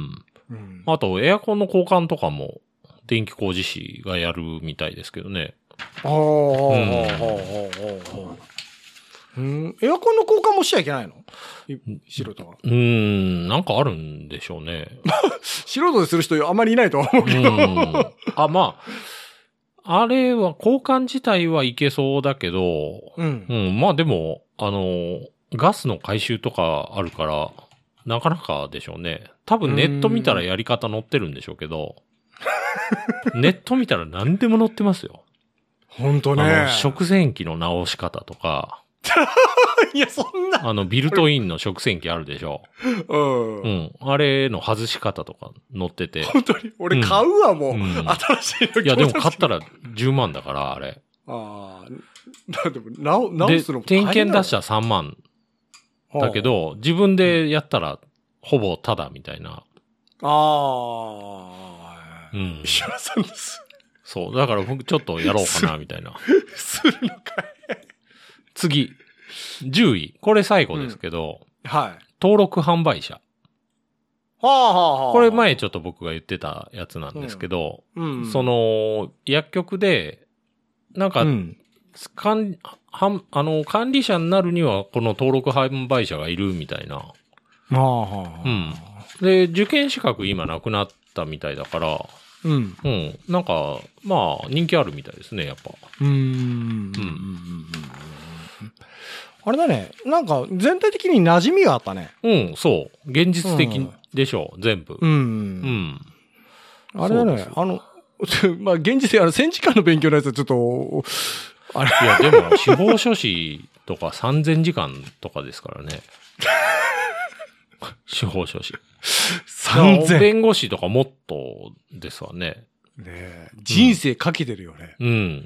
[SPEAKER 2] うん
[SPEAKER 3] あと、エアコンの交換とかも、電気工事士がやるみたいですけどね。
[SPEAKER 2] ほう
[SPEAKER 3] う
[SPEAKER 2] ほうほ
[SPEAKER 3] ん
[SPEAKER 2] うほうほうほううん。エアコンの交換もしちゃいけないのい素人は。
[SPEAKER 3] うーん、なんかあるんでしょうね。
[SPEAKER 2] 素人でする人あまりいないとは思う
[SPEAKER 3] うん。あ、まあ、あれは、交換自体はいけそうだけど、
[SPEAKER 2] うん
[SPEAKER 3] う。ん、まあでも、あの、ガスの回収とかあるから、なかなかでしょうね。多分ネット見たらやり方載ってるんでしょうけど、 ネット見たら何でも載ってますよ。
[SPEAKER 2] ほんと
[SPEAKER 3] あ
[SPEAKER 2] ね
[SPEAKER 3] の、。食洗機の直し方とか、
[SPEAKER 2] いや、そんな。
[SPEAKER 3] あの、ビルトインの食洗機あるでしょ。
[SPEAKER 2] うん。
[SPEAKER 3] うん。あれの外し方とか載って て。
[SPEAKER 2] 本当に。俺買うわ、もう。
[SPEAKER 3] うん
[SPEAKER 2] 新しいの
[SPEAKER 3] いや、でも買
[SPEAKER 2] 買
[SPEAKER 3] ったら10万だから、あれ。
[SPEAKER 2] ああ。でも、なお直
[SPEAKER 3] で、
[SPEAKER 2] すのも
[SPEAKER 3] 点検出し
[SPEAKER 2] ゃ
[SPEAKER 3] たら3万
[SPEAKER 2] う
[SPEAKER 3] だけ。ど、自分でやったら、ほぼタダみたいな。
[SPEAKER 2] ああ。
[SPEAKER 3] うん。
[SPEAKER 2] 石原さんです。
[SPEAKER 3] そう。だから僕ちょっとやろうかな、みたいな。
[SPEAKER 2] するのかい
[SPEAKER 3] 次。10位。これ最後ですけど、
[SPEAKER 2] はい。
[SPEAKER 3] 登録販売者。
[SPEAKER 2] はあはあはあ。
[SPEAKER 3] これ前ちょっと僕が言ってたやつなんですけど、
[SPEAKER 2] うん、
[SPEAKER 3] その、薬局で、なんか、
[SPEAKER 2] うん、
[SPEAKER 3] 管はんあの、管理者になるには、この登録販売者がいるみたいな。
[SPEAKER 2] はあはあ。
[SPEAKER 3] うん。で、受験資格今なくなったみたいだから、
[SPEAKER 2] うん。
[SPEAKER 3] うん。なんか、まあ、人気あるみたいですね、やっぱ。
[SPEAKER 2] うん。うん。うんあれだね。なんか、全体的に馴染みがあったね。
[SPEAKER 3] うん、そう。現実
[SPEAKER 2] う
[SPEAKER 3] 的
[SPEAKER 2] ん。
[SPEAKER 3] でしょう、全部。うんん。
[SPEAKER 2] あれだ
[SPEAKER 3] そうで
[SPEAKER 2] ね
[SPEAKER 3] す。
[SPEAKER 2] あの、まあ、現実で、あの、戦時間の勉強のやつはちょっと、あれ、
[SPEAKER 3] いや、でも、司法書士とか3000時間とかですからね。 司法書士。
[SPEAKER 2] 3000。ね
[SPEAKER 3] 弁護士とかもっとですわね。
[SPEAKER 2] え人生かけてるよね。
[SPEAKER 3] うん。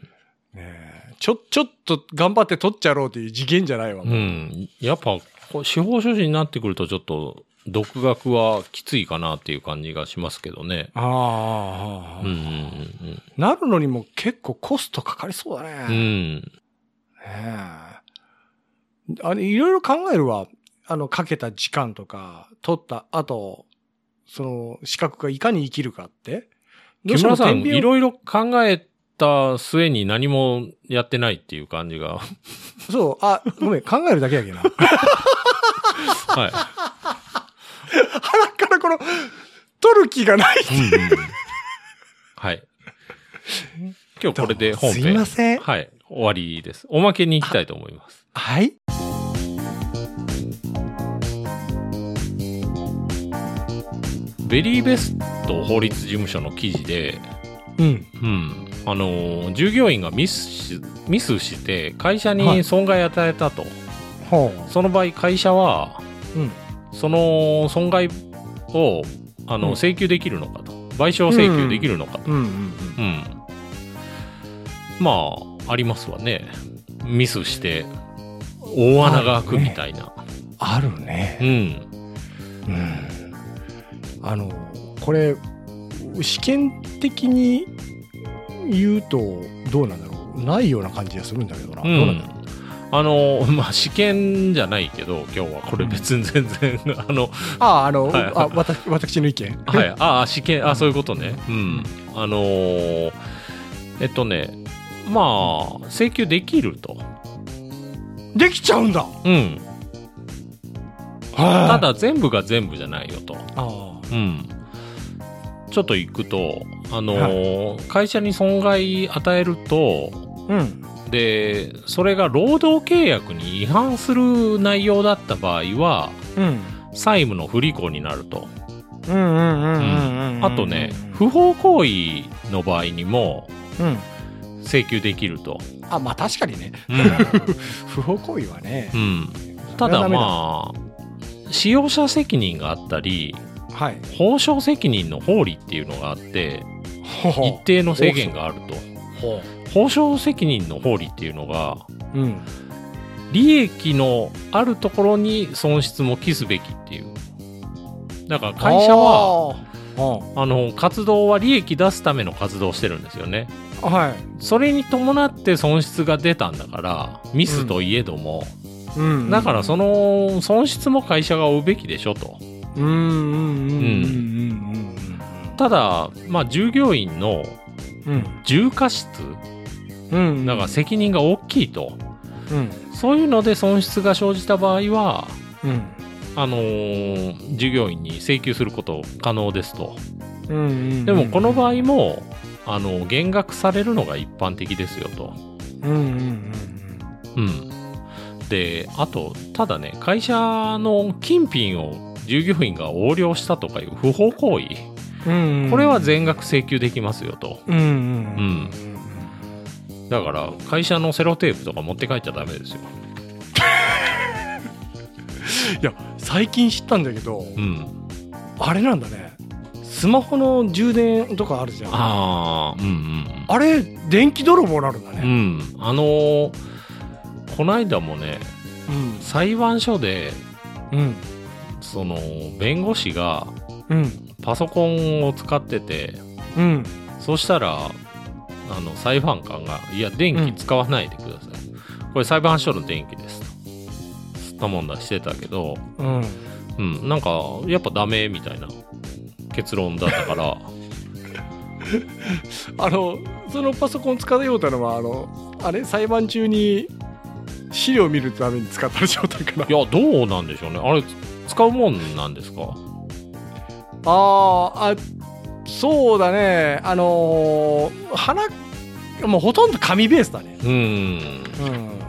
[SPEAKER 2] ねえちょ、ちょっと頑張って取っちゃろうっていう次元じゃないわ。
[SPEAKER 3] う。
[SPEAKER 2] もうん
[SPEAKER 3] やっぱ、こう司法書士になってくるとちょっと、独学はきついかなっていう感じがしますけどね。
[SPEAKER 2] ああああ、ああ
[SPEAKER 3] うんうん
[SPEAKER 2] なるのにも結構コストかかりそうだね。
[SPEAKER 3] うんうん。うん。
[SPEAKER 2] ねえ。あれ、いろいろ考えるわ。あの、かけた時間とか、取った後、その、資格がいかに生きるかって。どう
[SPEAKER 3] 木
[SPEAKER 2] しても
[SPEAKER 3] 村さ
[SPEAKER 2] 天
[SPEAKER 3] ん、
[SPEAKER 2] 秤を
[SPEAKER 3] いろいろ考えた末に何もやってないっていう感じが。
[SPEAKER 2] そう、あ、ごめん、考えるだけやけどな。 腹
[SPEAKER 3] はい。
[SPEAKER 2] からこの、取る気がない。
[SPEAKER 3] はい。今日これで本編。
[SPEAKER 2] すいません
[SPEAKER 3] はい。終わりです。おまけに行きたいと思います。
[SPEAKER 2] はい。
[SPEAKER 3] ベリーベスト法律事務所の記事で、
[SPEAKER 2] うん。
[SPEAKER 3] うん。あのー従業員がミスし、ミスして会社に損害与えたと。
[SPEAKER 2] ほ
[SPEAKER 3] その場合会社は、
[SPEAKER 2] うん
[SPEAKER 3] その損害を、あ
[SPEAKER 2] うん
[SPEAKER 3] の、請求できるのかと。賠償請求できるのかと。
[SPEAKER 2] う。うんうん
[SPEAKER 3] うん。まあ、ありますわね。ミスして、大穴が開くみたいな。
[SPEAKER 2] あるね。
[SPEAKER 3] うん。
[SPEAKER 2] うん。あの、これ、試験的に言うと、どうなんだろう。ないような感じがするんだけどな。
[SPEAKER 3] う
[SPEAKER 2] どうなん
[SPEAKER 3] ん
[SPEAKER 2] だろう。
[SPEAKER 3] あの、 まあ、試験じゃないけど、今日はこれ別に全然、 あの、
[SPEAKER 2] ああ、あの、
[SPEAKER 3] はい
[SPEAKER 2] あ、わた、私の意見。
[SPEAKER 3] はい、ああ、試験、あそういうことね。うん。あのーえっとね、まあ、請求できると。
[SPEAKER 2] できちゃうんだ。
[SPEAKER 3] うん。
[SPEAKER 2] た
[SPEAKER 3] た、だ、全部が全部じゃないよと。
[SPEAKER 2] あ
[SPEAKER 3] うん、ちょっと行くと、あのー会社に損害与えると
[SPEAKER 2] うん。
[SPEAKER 3] でそれが労働契約に違反する内容だった場合は
[SPEAKER 2] うん。
[SPEAKER 3] 債務の不履行になると
[SPEAKER 2] うんうんうんうん。
[SPEAKER 3] あとね、不法行為の場合にも
[SPEAKER 2] うん。
[SPEAKER 3] 請求できると、
[SPEAKER 2] あ、まあ確かにね。
[SPEAKER 3] う
[SPEAKER 2] 不法行為はね。
[SPEAKER 3] んただ
[SPEAKER 2] あ。
[SPEAKER 3] まあ使用者責任があったり
[SPEAKER 2] はい。
[SPEAKER 3] 報償責任の法理っていうのがあって
[SPEAKER 2] ほうほう
[SPEAKER 3] 一定の制限があると
[SPEAKER 2] ほ
[SPEAKER 3] 報償責任の法理っていうのが
[SPEAKER 2] う。うん。
[SPEAKER 3] 利益のあるところに損失も期すべきっていうだから会社は
[SPEAKER 2] あー、
[SPEAKER 3] あの活動は利益出すための活動をしてるんですよね
[SPEAKER 2] あはい。
[SPEAKER 3] それに伴って損失が出たんだからミスといえども、
[SPEAKER 2] うん
[SPEAKER 3] だからそ、の損失も会社が負うべきでしょと
[SPEAKER 2] うんうんうんうん
[SPEAKER 3] ただまあ従業員の
[SPEAKER 2] うんうんうん。
[SPEAKER 3] 重過失
[SPEAKER 2] うん。うん。
[SPEAKER 3] だから責任が大きいと
[SPEAKER 2] うん。
[SPEAKER 3] そういうので損失が生じた場合は
[SPEAKER 2] うん。
[SPEAKER 3] あのー従業員に請求すること可能ですと
[SPEAKER 2] うん。
[SPEAKER 3] でもこの場合もあの、減額されるのが一般的ですよと。
[SPEAKER 2] うんうんうん
[SPEAKER 3] うん。で、あと、ただね、会社の金品を従業員が横領したとかいう不法行為、
[SPEAKER 2] うんうん
[SPEAKER 3] これは全額請求できますよと。
[SPEAKER 2] うんうんう
[SPEAKER 3] う
[SPEAKER 2] ん
[SPEAKER 3] ん。だから、会社のセロテープとか持って帰っちゃダメですよ。
[SPEAKER 2] いや最近知ったんだけど、
[SPEAKER 3] うん。
[SPEAKER 2] あれなんだねスマホの充電とかあるじゃんあ
[SPEAKER 3] ああ、うんうん。
[SPEAKER 2] れ電気泥棒なるんだ
[SPEAKER 3] う
[SPEAKER 2] ね、
[SPEAKER 3] ん、あのーこの間もね
[SPEAKER 2] うん
[SPEAKER 3] 裁判所で
[SPEAKER 2] うん
[SPEAKER 3] その弁護士が
[SPEAKER 2] うん
[SPEAKER 3] パソコンを使ってて
[SPEAKER 2] うん
[SPEAKER 3] そしたらあの裁判官が「いや電気使わないでください、これ裁判所の電気です」と吸ったもんだしてたけど、
[SPEAKER 2] うん
[SPEAKER 3] うん、なんかやっぱダメみたいな結論だったから
[SPEAKER 2] あのそのパソコン使いようたのはあのあれ裁判中に資料を見るために使った状態かない
[SPEAKER 3] やどうなんでしょうねあれ使うもんなんですか
[SPEAKER 2] あーあそうだねあのー、花もうほとんど紙ベースだね、
[SPEAKER 3] うん
[SPEAKER 2] うん、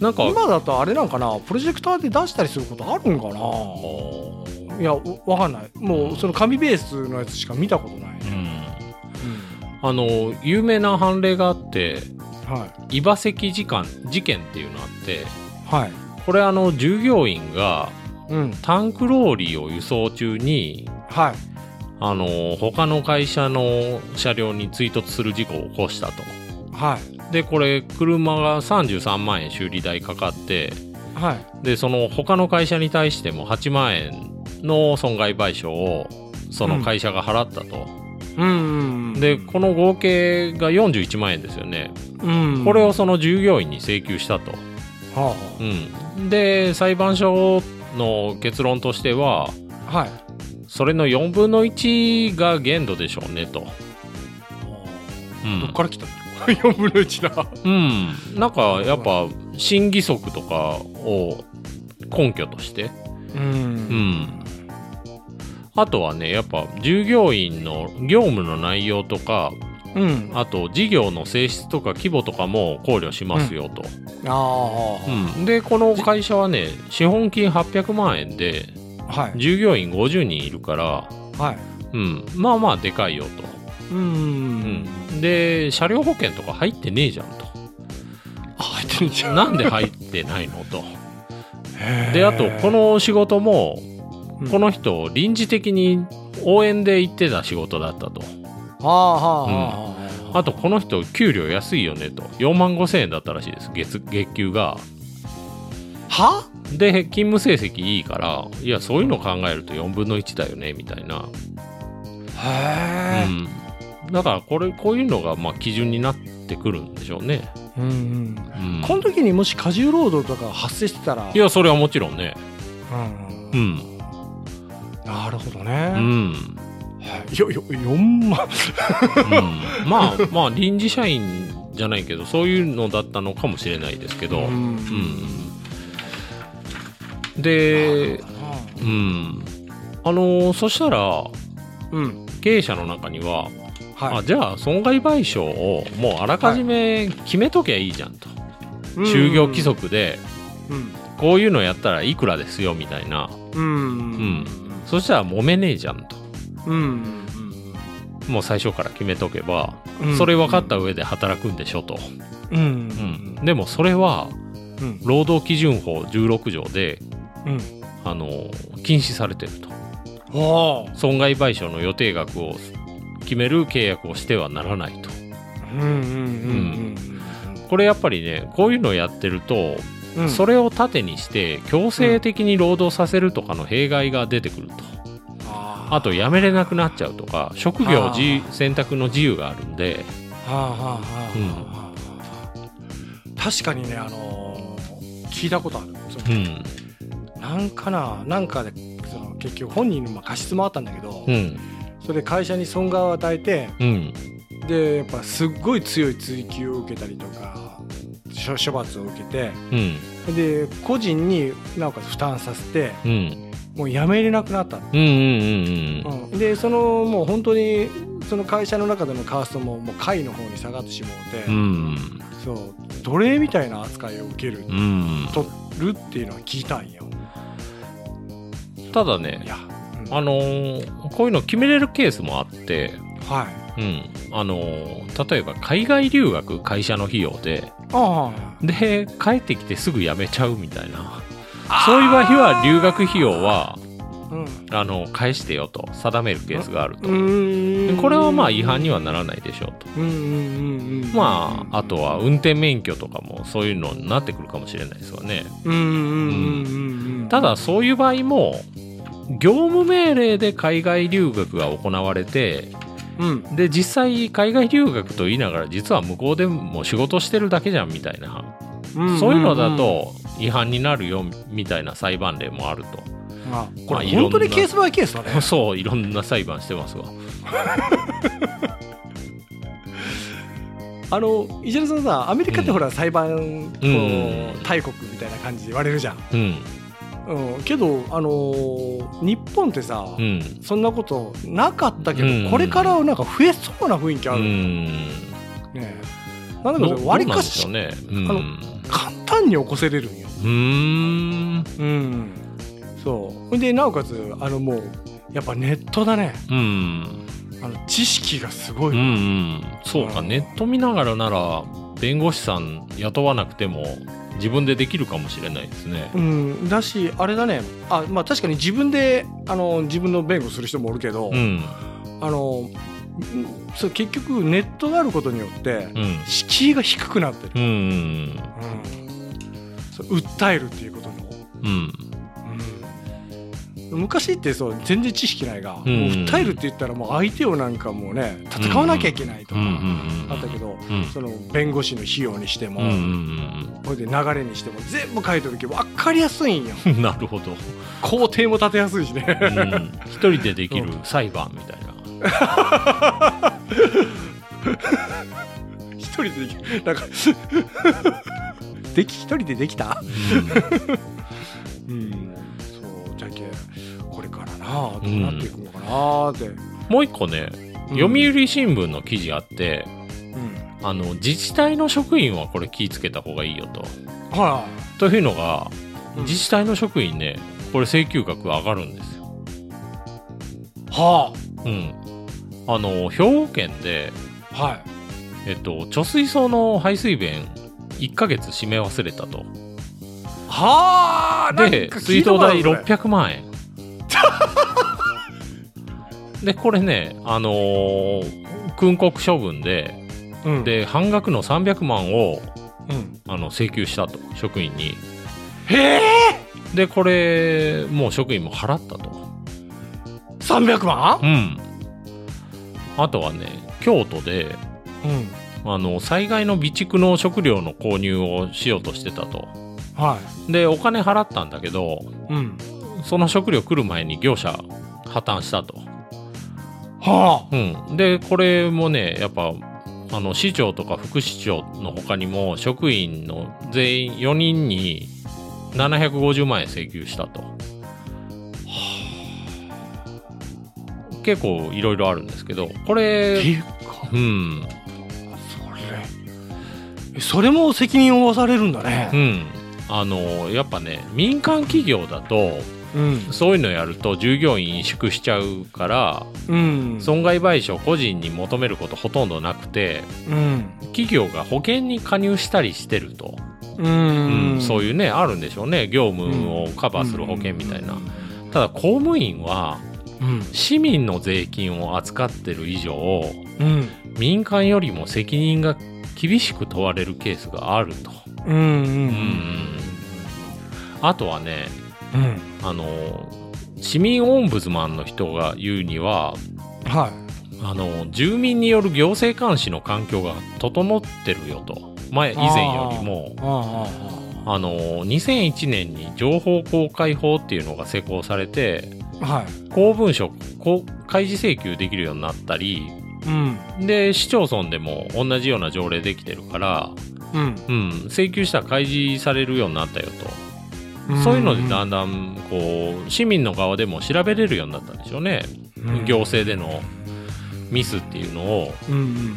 [SPEAKER 3] なんか
[SPEAKER 2] 今だとあれなんかなプロジェクターで出したりすることあるんか
[SPEAKER 3] あ
[SPEAKER 2] な
[SPEAKER 3] ー
[SPEAKER 2] いやおわかんないもうその紙ベースのやつしか見たことない、
[SPEAKER 3] うんあの有名な判例があって
[SPEAKER 2] はい
[SPEAKER 3] 伊庭石事件事件っていうのあって
[SPEAKER 2] はい
[SPEAKER 3] これあの従業員が
[SPEAKER 2] うん
[SPEAKER 3] タンクローリーを輸送中に
[SPEAKER 2] はい
[SPEAKER 3] あの他の会社の車両に追突する事故を起こしたと
[SPEAKER 2] はい
[SPEAKER 3] でこれ車が33万円修理代かかって
[SPEAKER 2] はい
[SPEAKER 3] でその他の会社に対しても8万円の損害賠償をその会社が払ったと、
[SPEAKER 2] うんうんうん
[SPEAKER 3] でこの合計が41万円ですよね
[SPEAKER 2] うん
[SPEAKER 3] これをその従業員に請求したと、
[SPEAKER 2] は
[SPEAKER 3] うん、で裁判所の結論としては
[SPEAKER 2] あはい
[SPEAKER 3] それの4分の1が限度でしょうねと、う
[SPEAKER 2] どっ
[SPEAKER 3] ん
[SPEAKER 2] から来た の ?4 分の1だ。
[SPEAKER 3] うん、なんかやっぱ審議則とかを根拠として
[SPEAKER 2] う。
[SPEAKER 3] うんんあとはねやっぱ従業員の業務の内容とか
[SPEAKER 2] うん。あ
[SPEAKER 3] あと事業の性質とか規模とかも考慮しますよと、
[SPEAKER 2] あー、
[SPEAKER 3] うんでこの会社はね資本金800万円で
[SPEAKER 2] はい。
[SPEAKER 3] 従業員50人いるから、
[SPEAKER 2] はい。
[SPEAKER 3] うん、まあまあでかいよと、
[SPEAKER 2] うん。うん、
[SPEAKER 3] で車両保険とか入ってねえじゃん
[SPEAKER 2] あ、入ってんじ
[SPEAKER 3] と
[SPEAKER 2] ゃん。
[SPEAKER 3] なんで入ってないのとであとこ、の仕事も
[SPEAKER 2] うん
[SPEAKER 3] この人臨時的に応援で行ってた仕事だったと
[SPEAKER 2] はあはあはあ。
[SPEAKER 3] あとこの人給料安いよねと4万5千円だったらしいです月月給が
[SPEAKER 2] は
[SPEAKER 3] で勤務成績いいからいやそういうの考えると4分の1だよねみたいな、
[SPEAKER 2] へえ。
[SPEAKER 3] うん、だからこれこういうのがまあ基準になってくるんでしょうね、
[SPEAKER 2] うんうん。
[SPEAKER 3] うん、
[SPEAKER 2] この時にもし過重労働とかが発生してたら。
[SPEAKER 3] いやそれはもちろんね
[SPEAKER 2] うん
[SPEAKER 3] う。ん
[SPEAKER 2] なるほど
[SPEAKER 3] う
[SPEAKER 2] ね。
[SPEAKER 3] ん
[SPEAKER 2] はいよ、よ、4万。
[SPEAKER 3] うんまあまあ 臨時社員じゃないけどそういうのだったのかもしれないですけど、うんで、うん、あのーそしたら
[SPEAKER 2] うん。
[SPEAKER 3] 経営者の中には、あ
[SPEAKER 2] は
[SPEAKER 3] じゃあ損害賠償をもうあらかじめ決めときゃいいじゃんと、
[SPEAKER 2] い。
[SPEAKER 3] 就業規。則で
[SPEAKER 2] うん。
[SPEAKER 3] こういうのやったらいくらですよみたいな
[SPEAKER 2] うん。
[SPEAKER 3] そしたら揉めねえじゃんと
[SPEAKER 2] うん。
[SPEAKER 3] もう最初から決めとけば、
[SPEAKER 2] うん
[SPEAKER 3] それ分かった上で働くんでしょと、
[SPEAKER 2] うん。
[SPEAKER 3] うんでもそれは
[SPEAKER 2] うん。
[SPEAKER 3] 労働基準法16条で
[SPEAKER 2] うん。
[SPEAKER 3] あの禁止されてると
[SPEAKER 2] おー
[SPEAKER 3] 損害賠償の予定額を決める契約をしてはならないと
[SPEAKER 2] うんうん
[SPEAKER 3] これやっぱりねこういうのをやってると、
[SPEAKER 2] うんうん
[SPEAKER 3] それを盾にして強制的に労働させるとかの弊害が出てくるとあ
[SPEAKER 2] あ
[SPEAKER 3] と辞めれなくなっちゃうとか職業
[SPEAKER 2] あ
[SPEAKER 3] 自
[SPEAKER 2] ー
[SPEAKER 3] 選択の自由があるんで
[SPEAKER 2] はあはあはあはあはあ確かにねあのー聞いたことあるそうの
[SPEAKER 3] ん
[SPEAKER 2] なんかななんかでその結局本人のまあ過失もあったんだけど、
[SPEAKER 3] うん
[SPEAKER 2] それで会社に損害を与えて
[SPEAKER 3] うん
[SPEAKER 2] でやっぱすっごい強い追及を受けたりとか処処罰を受けて
[SPEAKER 3] うん
[SPEAKER 2] で個人になおかつ負担させて
[SPEAKER 3] うん
[SPEAKER 2] もうやめれなくなった
[SPEAKER 3] うんうんうんうん
[SPEAKER 2] うん、でそのもう本当にその会社の中でのカーストももう下位の方に下がってしまうので、
[SPEAKER 3] うん。
[SPEAKER 2] そう奴隷みたいな扱いを受ける、
[SPEAKER 3] うん。
[SPEAKER 2] 取るっていうのは聞いたんよ。
[SPEAKER 3] ただ
[SPEAKER 2] い
[SPEAKER 3] ね、
[SPEAKER 2] や、うん
[SPEAKER 3] あのーこういうの決めれるケースもあって、
[SPEAKER 2] はい。
[SPEAKER 3] うん。あのー例えば海外留学、会社の費用で、
[SPEAKER 2] あ
[SPEAKER 3] で、帰ってきてすぐ辞めちゃうみたいな。
[SPEAKER 2] あ
[SPEAKER 3] そういう場合は留学費用は、
[SPEAKER 2] あ、うん。
[SPEAKER 3] あの、返してよと定めるケースがあると。
[SPEAKER 2] う
[SPEAKER 3] で
[SPEAKER 2] ん
[SPEAKER 3] これはまあ違反にはならないでしょうと。
[SPEAKER 2] うんうんうんうん
[SPEAKER 3] まあ、あとは運転免許とかもそういうのになってくるかもしれないですわね。
[SPEAKER 2] うんうんうんうんうん
[SPEAKER 3] ただそういう場合も、業務命令で海外留学が行われて、
[SPEAKER 2] うん
[SPEAKER 3] で、実際海外留学と言いながら実は向こうでも仕事してるだけじゃんみたいな、
[SPEAKER 2] んん
[SPEAKER 3] そういうのだと違反になるよみたいな裁判例もあると。
[SPEAKER 2] あこ
[SPEAKER 3] まあ
[SPEAKER 2] れ
[SPEAKER 3] いろんな
[SPEAKER 2] 本当にケースバイケースだね
[SPEAKER 3] そう、いろんな裁判してますわ。
[SPEAKER 2] あの石田さんさアメリカってほら裁判こ
[SPEAKER 3] う
[SPEAKER 2] う
[SPEAKER 3] ん
[SPEAKER 2] 大国みたいな感じで言われるじゃん
[SPEAKER 3] うん、
[SPEAKER 2] うんけどあのー日本ってさ
[SPEAKER 3] うん。
[SPEAKER 2] そんなことなかったけ
[SPEAKER 3] うん
[SPEAKER 2] どこれからはなんか増えそうな雰囲気あ
[SPEAKER 3] う
[SPEAKER 2] るね
[SPEAKER 3] ん。
[SPEAKER 2] なんだけど割りか
[SPEAKER 3] ど
[SPEAKER 2] し
[SPEAKER 3] うなんでしょうね。
[SPEAKER 2] あの簡単に起こせれるんよ
[SPEAKER 3] うん。うーん。
[SPEAKER 2] うんそうほんでなおかつあのもうやっぱネットだね
[SPEAKER 3] うん。
[SPEAKER 2] あの知識がすご
[SPEAKER 3] うんう
[SPEAKER 2] い、
[SPEAKER 3] ん。そうか、
[SPEAKER 2] うん
[SPEAKER 3] ネット見ながらなら、弁護士さん雇わなくても、自分でできるかもしれないですね。
[SPEAKER 2] うん、だしあれだねあ、まあ、確かに自分であの自分の弁護する人もおるけど、
[SPEAKER 3] うん。
[SPEAKER 2] あのうんそう結局ネットがあることによって
[SPEAKER 3] うん。
[SPEAKER 2] 敷居が低くなってる、
[SPEAKER 3] うん。うん
[SPEAKER 2] うんそう訴えるっていうことの、
[SPEAKER 3] うん。
[SPEAKER 2] うん昔ってそう全然知識ないが、もう訴えるって言ったらもう相手をなんかもうね戦わなきゃいけないと
[SPEAKER 3] うん。う
[SPEAKER 2] か
[SPEAKER 3] ん。
[SPEAKER 2] あったけど、
[SPEAKER 3] うん。
[SPEAKER 2] その弁護士の費用にしても、
[SPEAKER 3] うんうん
[SPEAKER 2] これで流れにしても全部書いてるけど分かりやすいんよ
[SPEAKER 3] うん。 なるほど。
[SPEAKER 2] 工程も立てやすいしね
[SPEAKER 3] うん。一人でできる裁判みたいな。
[SPEAKER 2] 一人でできなんか でき一人でできたうんそうじゃけこれからなどうなっていくのかなって、
[SPEAKER 3] もう一個ね、読
[SPEAKER 2] うん
[SPEAKER 3] 売新聞の記事あって、あの自治体の職員はこれ気ぃつけた方がいいよと。
[SPEAKER 2] は
[SPEAKER 3] というのが、
[SPEAKER 2] い、
[SPEAKER 3] 自治体の職員ねこれ請求額が上がるんですよ。
[SPEAKER 2] は
[SPEAKER 3] うん、あの兵庫県で、
[SPEAKER 2] あはい
[SPEAKER 3] えっと、貯水槽の排水弁1ヶ月閉め忘れたと。
[SPEAKER 2] はあなん
[SPEAKER 3] で
[SPEAKER 2] か聞
[SPEAKER 3] 水
[SPEAKER 2] いた
[SPEAKER 3] 道
[SPEAKER 2] ことあ
[SPEAKER 3] 代
[SPEAKER 2] るこれ
[SPEAKER 3] 600万円。 でこれねあのー訓告処分で
[SPEAKER 2] うん
[SPEAKER 3] で半額の300万を
[SPEAKER 2] うん
[SPEAKER 3] あの請求したと職員に。
[SPEAKER 2] へえ
[SPEAKER 3] でこれもう職員も払ったと。
[SPEAKER 2] 300万
[SPEAKER 3] うん。あとはね、京都で、
[SPEAKER 2] うん
[SPEAKER 3] あの、災害の備蓄の食料の購入をしようとしてたと。
[SPEAKER 2] は
[SPEAKER 3] で、お金払ったんだけど、
[SPEAKER 2] いうん
[SPEAKER 3] その食料来る前に業者破綻したと。
[SPEAKER 2] は
[SPEAKER 3] うん。で、これもね、やっぱ、あの、市長とか副市長の他にも、職員の全員4人に750万円請求したと。結構いろいろあるんですけど、こ
[SPEAKER 2] あ
[SPEAKER 3] れ、
[SPEAKER 2] っていうか
[SPEAKER 3] うん。
[SPEAKER 2] それえそれも責任を負わされるんだ
[SPEAKER 3] う
[SPEAKER 2] ね
[SPEAKER 3] ん。あの、やっぱね、民間企業だと、
[SPEAKER 2] うん
[SPEAKER 3] そういうのやると従業員萎縮しちゃうから、
[SPEAKER 2] うん
[SPEAKER 3] 損害賠償個人に求めることほとんどなくて、
[SPEAKER 2] うん
[SPEAKER 3] 企業が保険に加入したりしてると。
[SPEAKER 2] う
[SPEAKER 3] うんん、そう
[SPEAKER 2] い
[SPEAKER 3] いうね、あるんでしょうね。業務をカバーする保険みたいな。ただ、公務員は、
[SPEAKER 2] うん
[SPEAKER 3] 市民の税金を扱ってる以上、
[SPEAKER 2] うん
[SPEAKER 3] 民間よりも責任が厳しく問われるケースがあると。
[SPEAKER 2] うんうん
[SPEAKER 3] うん。あとはね、
[SPEAKER 2] うん
[SPEAKER 3] あの市民オンブズマンの人が言うには
[SPEAKER 2] はい
[SPEAKER 3] あの住民による行政監視の環境が整ってるよと前以前よりも
[SPEAKER 2] あああ
[SPEAKER 3] あの2001年に情報公開法っていうのが施行されて
[SPEAKER 2] あはい
[SPEAKER 3] 公文書公開示請求できるようになったり
[SPEAKER 2] うん
[SPEAKER 3] で市町村でも同じような条例できてるから、
[SPEAKER 2] うん
[SPEAKER 3] うん、請求したら開示されるようになったよとそういうのでだんだんこう市民の側でも調べれるようになったんでしょうね。行政でのミスっていうのを、
[SPEAKER 2] うんうんうん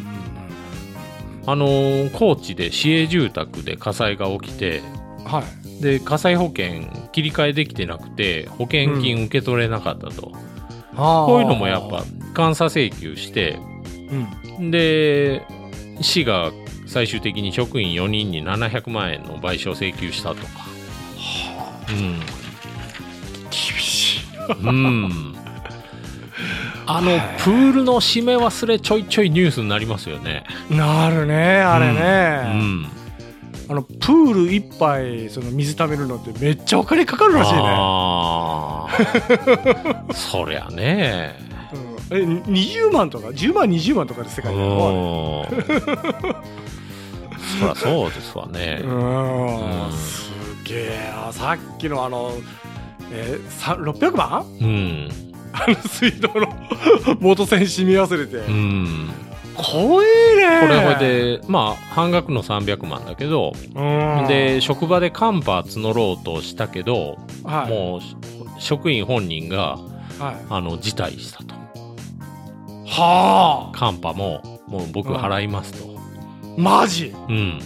[SPEAKER 3] あのー高知で市営住宅で火災が起きて
[SPEAKER 2] うんはい
[SPEAKER 3] で火災保険切り替えできてなくて保険金受け取れなかったと、こ
[SPEAKER 2] こ
[SPEAKER 3] ういうのもやっぱ監査請求して
[SPEAKER 2] うん
[SPEAKER 3] で市が最終的に職員4人に700万円の賠償請求したとか、
[SPEAKER 2] 厳しい
[SPEAKER 3] う んうんあのプールの締め忘れちょいちょいニュースになりますよね。
[SPEAKER 2] なるねあれ
[SPEAKER 3] う
[SPEAKER 2] ね、
[SPEAKER 3] ん、
[SPEAKER 2] あのプール一杯その水貯めるのってめっちゃお金かかるらしいね、
[SPEAKER 3] あーそりゃね
[SPEAKER 2] うん、え20万とか10万20万とかで世
[SPEAKER 3] う
[SPEAKER 2] 界
[SPEAKER 3] ん
[SPEAKER 2] でやろうあれ
[SPEAKER 3] そりゃそうですわね
[SPEAKER 2] うー
[SPEAKER 3] うん
[SPEAKER 2] んすげえあさっきのあの、えー、さ600万
[SPEAKER 3] うん
[SPEAKER 2] あの水道の 元栓染み忘れて、
[SPEAKER 3] うん
[SPEAKER 2] 怖えね
[SPEAKER 3] これこれでまあ半額の300万だけど
[SPEAKER 2] うん
[SPEAKER 3] で職場でカンパ募ろうとしたけど
[SPEAKER 2] はい、
[SPEAKER 3] もうし職員本人が
[SPEAKER 2] はい、
[SPEAKER 3] あの辞退したと
[SPEAKER 2] はあ
[SPEAKER 3] カンパももう僕払いますと
[SPEAKER 2] マジ
[SPEAKER 3] うん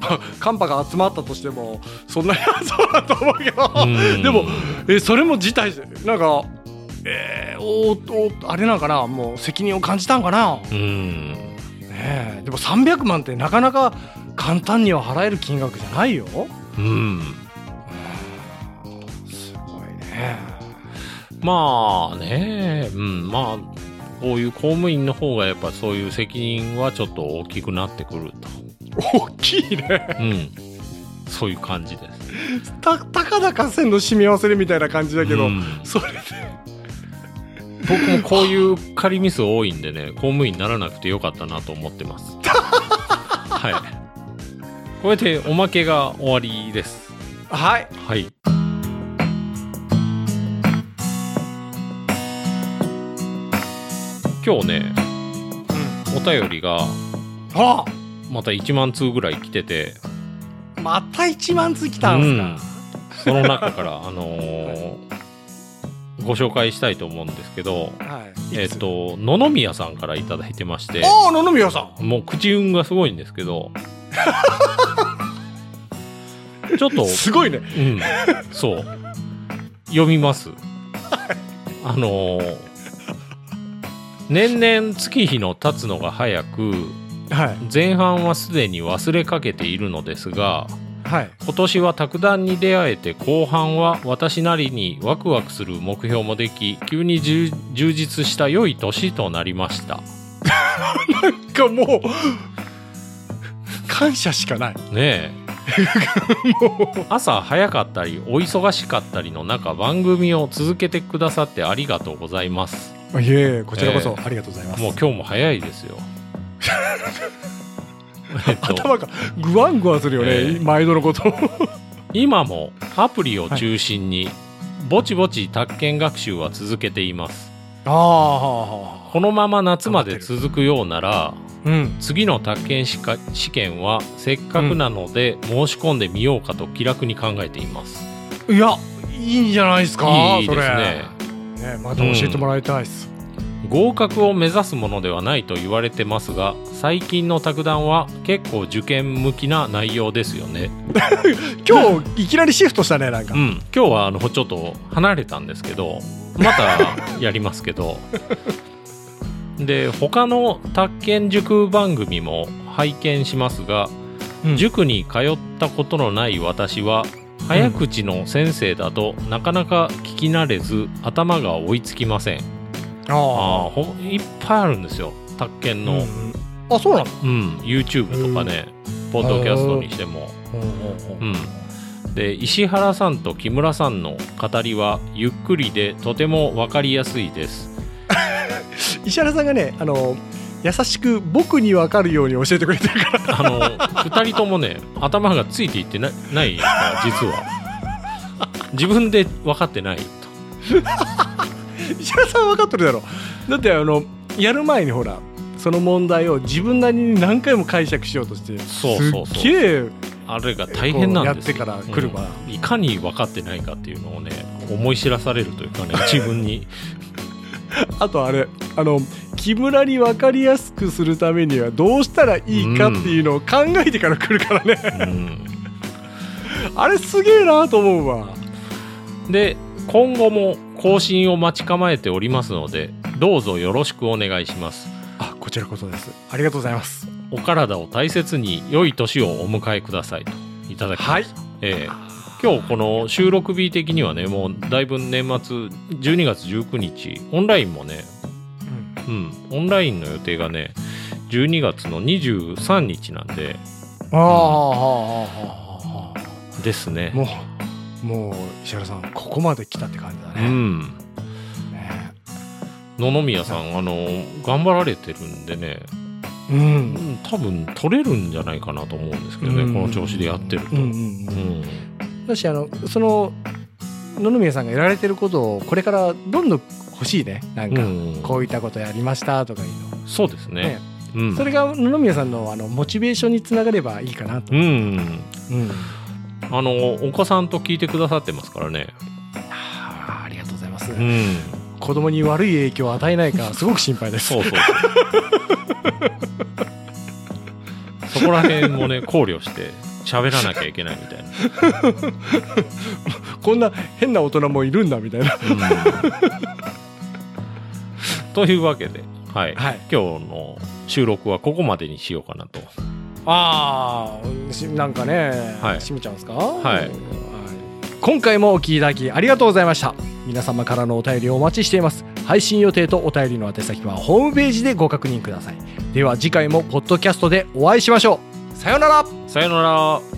[SPEAKER 2] まあカンパが集まったとしてもそんなに 集まらんと思うけど、
[SPEAKER 3] うん
[SPEAKER 2] でもえそれも辞退してなんかえー、おーおーあれなんかなもう責任を感じたんかな、
[SPEAKER 3] うん
[SPEAKER 2] ねえ、でも300万ってなかなか簡単には払える金額じゃないよ
[SPEAKER 3] うん
[SPEAKER 2] すごいね
[SPEAKER 3] まあねうんまあこういう公務員の方がやっぱそういう責任はちょっと大きくなってくる と
[SPEAKER 2] 大きいね
[SPEAKER 3] うんそういう感じです
[SPEAKER 2] たたかだか線の締め合わせるみたいな感じだけど、
[SPEAKER 3] うん
[SPEAKER 2] それで
[SPEAKER 3] 僕もこういう仮ミス多いんでね公務員にならなくてよかったなと思ってます はいこれでおまけが終わりです
[SPEAKER 2] はい
[SPEAKER 3] はい今日ねお便りが
[SPEAKER 2] あ
[SPEAKER 3] また1万通ぐらい来てて
[SPEAKER 2] また1万通来たんすか、
[SPEAKER 3] その中から、あ のーご紹介したいと思うんですけど
[SPEAKER 2] はい
[SPEAKER 3] えっ、と野々宮さんから頂いいてまして
[SPEAKER 2] ああ野々宮さん
[SPEAKER 3] もう口運がすごいんですけ どちょっと、
[SPEAKER 2] すごいね
[SPEAKER 3] うん、そう読みますあのー年々月日の経つのが早く
[SPEAKER 2] はい
[SPEAKER 3] 前半はすでに忘れかけているのですが
[SPEAKER 2] はい
[SPEAKER 3] 今年は卓談に出会えて後半は私なりにワクワクする目標もでき急に充充実した良い年となりました
[SPEAKER 2] がもう感謝しかない
[SPEAKER 3] ねえ朝早かったりお忙しかったりの中番組を続けてくださってありがとうございます
[SPEAKER 2] いえこちらこそ
[SPEAKER 3] え
[SPEAKER 2] ありがとうございます、
[SPEAKER 3] もう今日も早いですよえっと
[SPEAKER 2] 頭がグワングワンするよね、
[SPEAKER 3] ええ
[SPEAKER 2] 毎度の こと
[SPEAKER 3] 今もアプリを中心にぼちぼち宅建学習は続けています
[SPEAKER 2] あ
[SPEAKER 3] このまま夏まで続くようなら
[SPEAKER 2] うん
[SPEAKER 3] 次の宅建試か試験はせっかくなので申し込んでみようかと気楽に考えています、
[SPEAKER 2] いやいいんじゃないですか
[SPEAKER 3] いいですね
[SPEAKER 2] それねまた教えてもらいたいです、
[SPEAKER 3] 合格を目指すものではないと言われてますが最近の卓談は結構受験向きな内容ですよね
[SPEAKER 2] 今日いきなりシフトしたねなんか、
[SPEAKER 3] うん今日はあのちょっと離れたんですけどまたやります けどで他の宅建塾番組も拝見しますが
[SPEAKER 2] うん
[SPEAKER 3] 塾に通ったことのない私は早口の先生だとなかなか聞き慣れず頭が追いつきません
[SPEAKER 2] あ
[SPEAKER 3] あーほいっぱいあるんですよ宅建
[SPEAKER 2] うんう
[SPEAKER 3] の
[SPEAKER 2] んあそうなの
[SPEAKER 3] うん、YouTube とかね、ポッドキャストにしても、うん、で石原さんと木村さんの語りはゆっくりでとても分かりやすいです
[SPEAKER 2] 石原さんがねあの優しく僕に分かるように教えてくれてるから
[SPEAKER 3] あの二人ともね頭がついていってなないんですか実は自分で分かってないと
[SPEAKER 2] 石原さんは分かってるだろだってあのやる前にほらその問題を自分なりに何回も解釈しようとして
[SPEAKER 3] そうそうそう
[SPEAKER 2] すっげえ
[SPEAKER 3] あれが大変なんですよ
[SPEAKER 2] こうやってから来るから
[SPEAKER 3] うん いかに分かってないかっていうのをね思い知らされるというかね自分に
[SPEAKER 2] あとあれあの木村に分かりやすくするためにはどうしたらいいかっていうのを考えてから来るからね、
[SPEAKER 3] うん、
[SPEAKER 2] あれすげえなと思うわ
[SPEAKER 3] で、今後も更新を待ち構えておりますので、どうぞよろしくお願いします。
[SPEAKER 2] あこちらこそですありがとうございます
[SPEAKER 3] お体を大切に良い年をお迎えくださいといただきました。
[SPEAKER 2] はい
[SPEAKER 3] ええ今日この収録日的にはね、もうだいぶ年末、12月19日、オンラインもね、うん、オンラインの予定がね、12月の23日なんで、
[SPEAKER 2] ああ
[SPEAKER 3] ですね。
[SPEAKER 2] もうもう石原さんここまで来たって感じだ
[SPEAKER 3] う
[SPEAKER 2] ね、
[SPEAKER 3] ん。
[SPEAKER 2] ね
[SPEAKER 3] 野々宮さん、あの、頑張られてるんでね、
[SPEAKER 2] う
[SPEAKER 3] うんん多分取れるんじゃないかなと思うんですけどね、
[SPEAKER 2] うん
[SPEAKER 3] この調子でやってると。
[SPEAKER 2] う
[SPEAKER 3] うん
[SPEAKER 2] うん
[SPEAKER 3] ん
[SPEAKER 2] だしあのその野々宮さんがやられてることをこれからどんどん欲しいねなんか、
[SPEAKER 3] うん
[SPEAKER 2] こういったことやりましたとかいうの
[SPEAKER 3] そうですね。
[SPEAKER 2] ね
[SPEAKER 3] うん
[SPEAKER 2] それが野々宮さんのあのモチベーションにつながればいいかなと。
[SPEAKER 3] うん。
[SPEAKER 2] うん
[SPEAKER 3] あの、お子さんと聞いてくださってますからね。
[SPEAKER 2] あーありがとうございます、
[SPEAKER 3] うん。
[SPEAKER 2] 子供に悪い影響を与えないかすごく心配です。
[SPEAKER 3] そうそうそう。そこら辺もね、考慮して喋らなきゃいけないみたい
[SPEAKER 2] こんな変な大人もいるんだみたいな。
[SPEAKER 3] な。うん、というわけで、はい、
[SPEAKER 2] はい
[SPEAKER 3] 今日の収録はここまでにしようかなと。
[SPEAKER 2] ああなんかね、
[SPEAKER 3] はい
[SPEAKER 2] しみちゃんですか、
[SPEAKER 3] い
[SPEAKER 2] はい今回もお聞きいただきありがとうございました皆様からのお便りをお待ちしています配信予定とお便りの宛先はホームページでご確認くださいでは次回もポッドキャストでお会いしましょうさようなら
[SPEAKER 3] さよなら。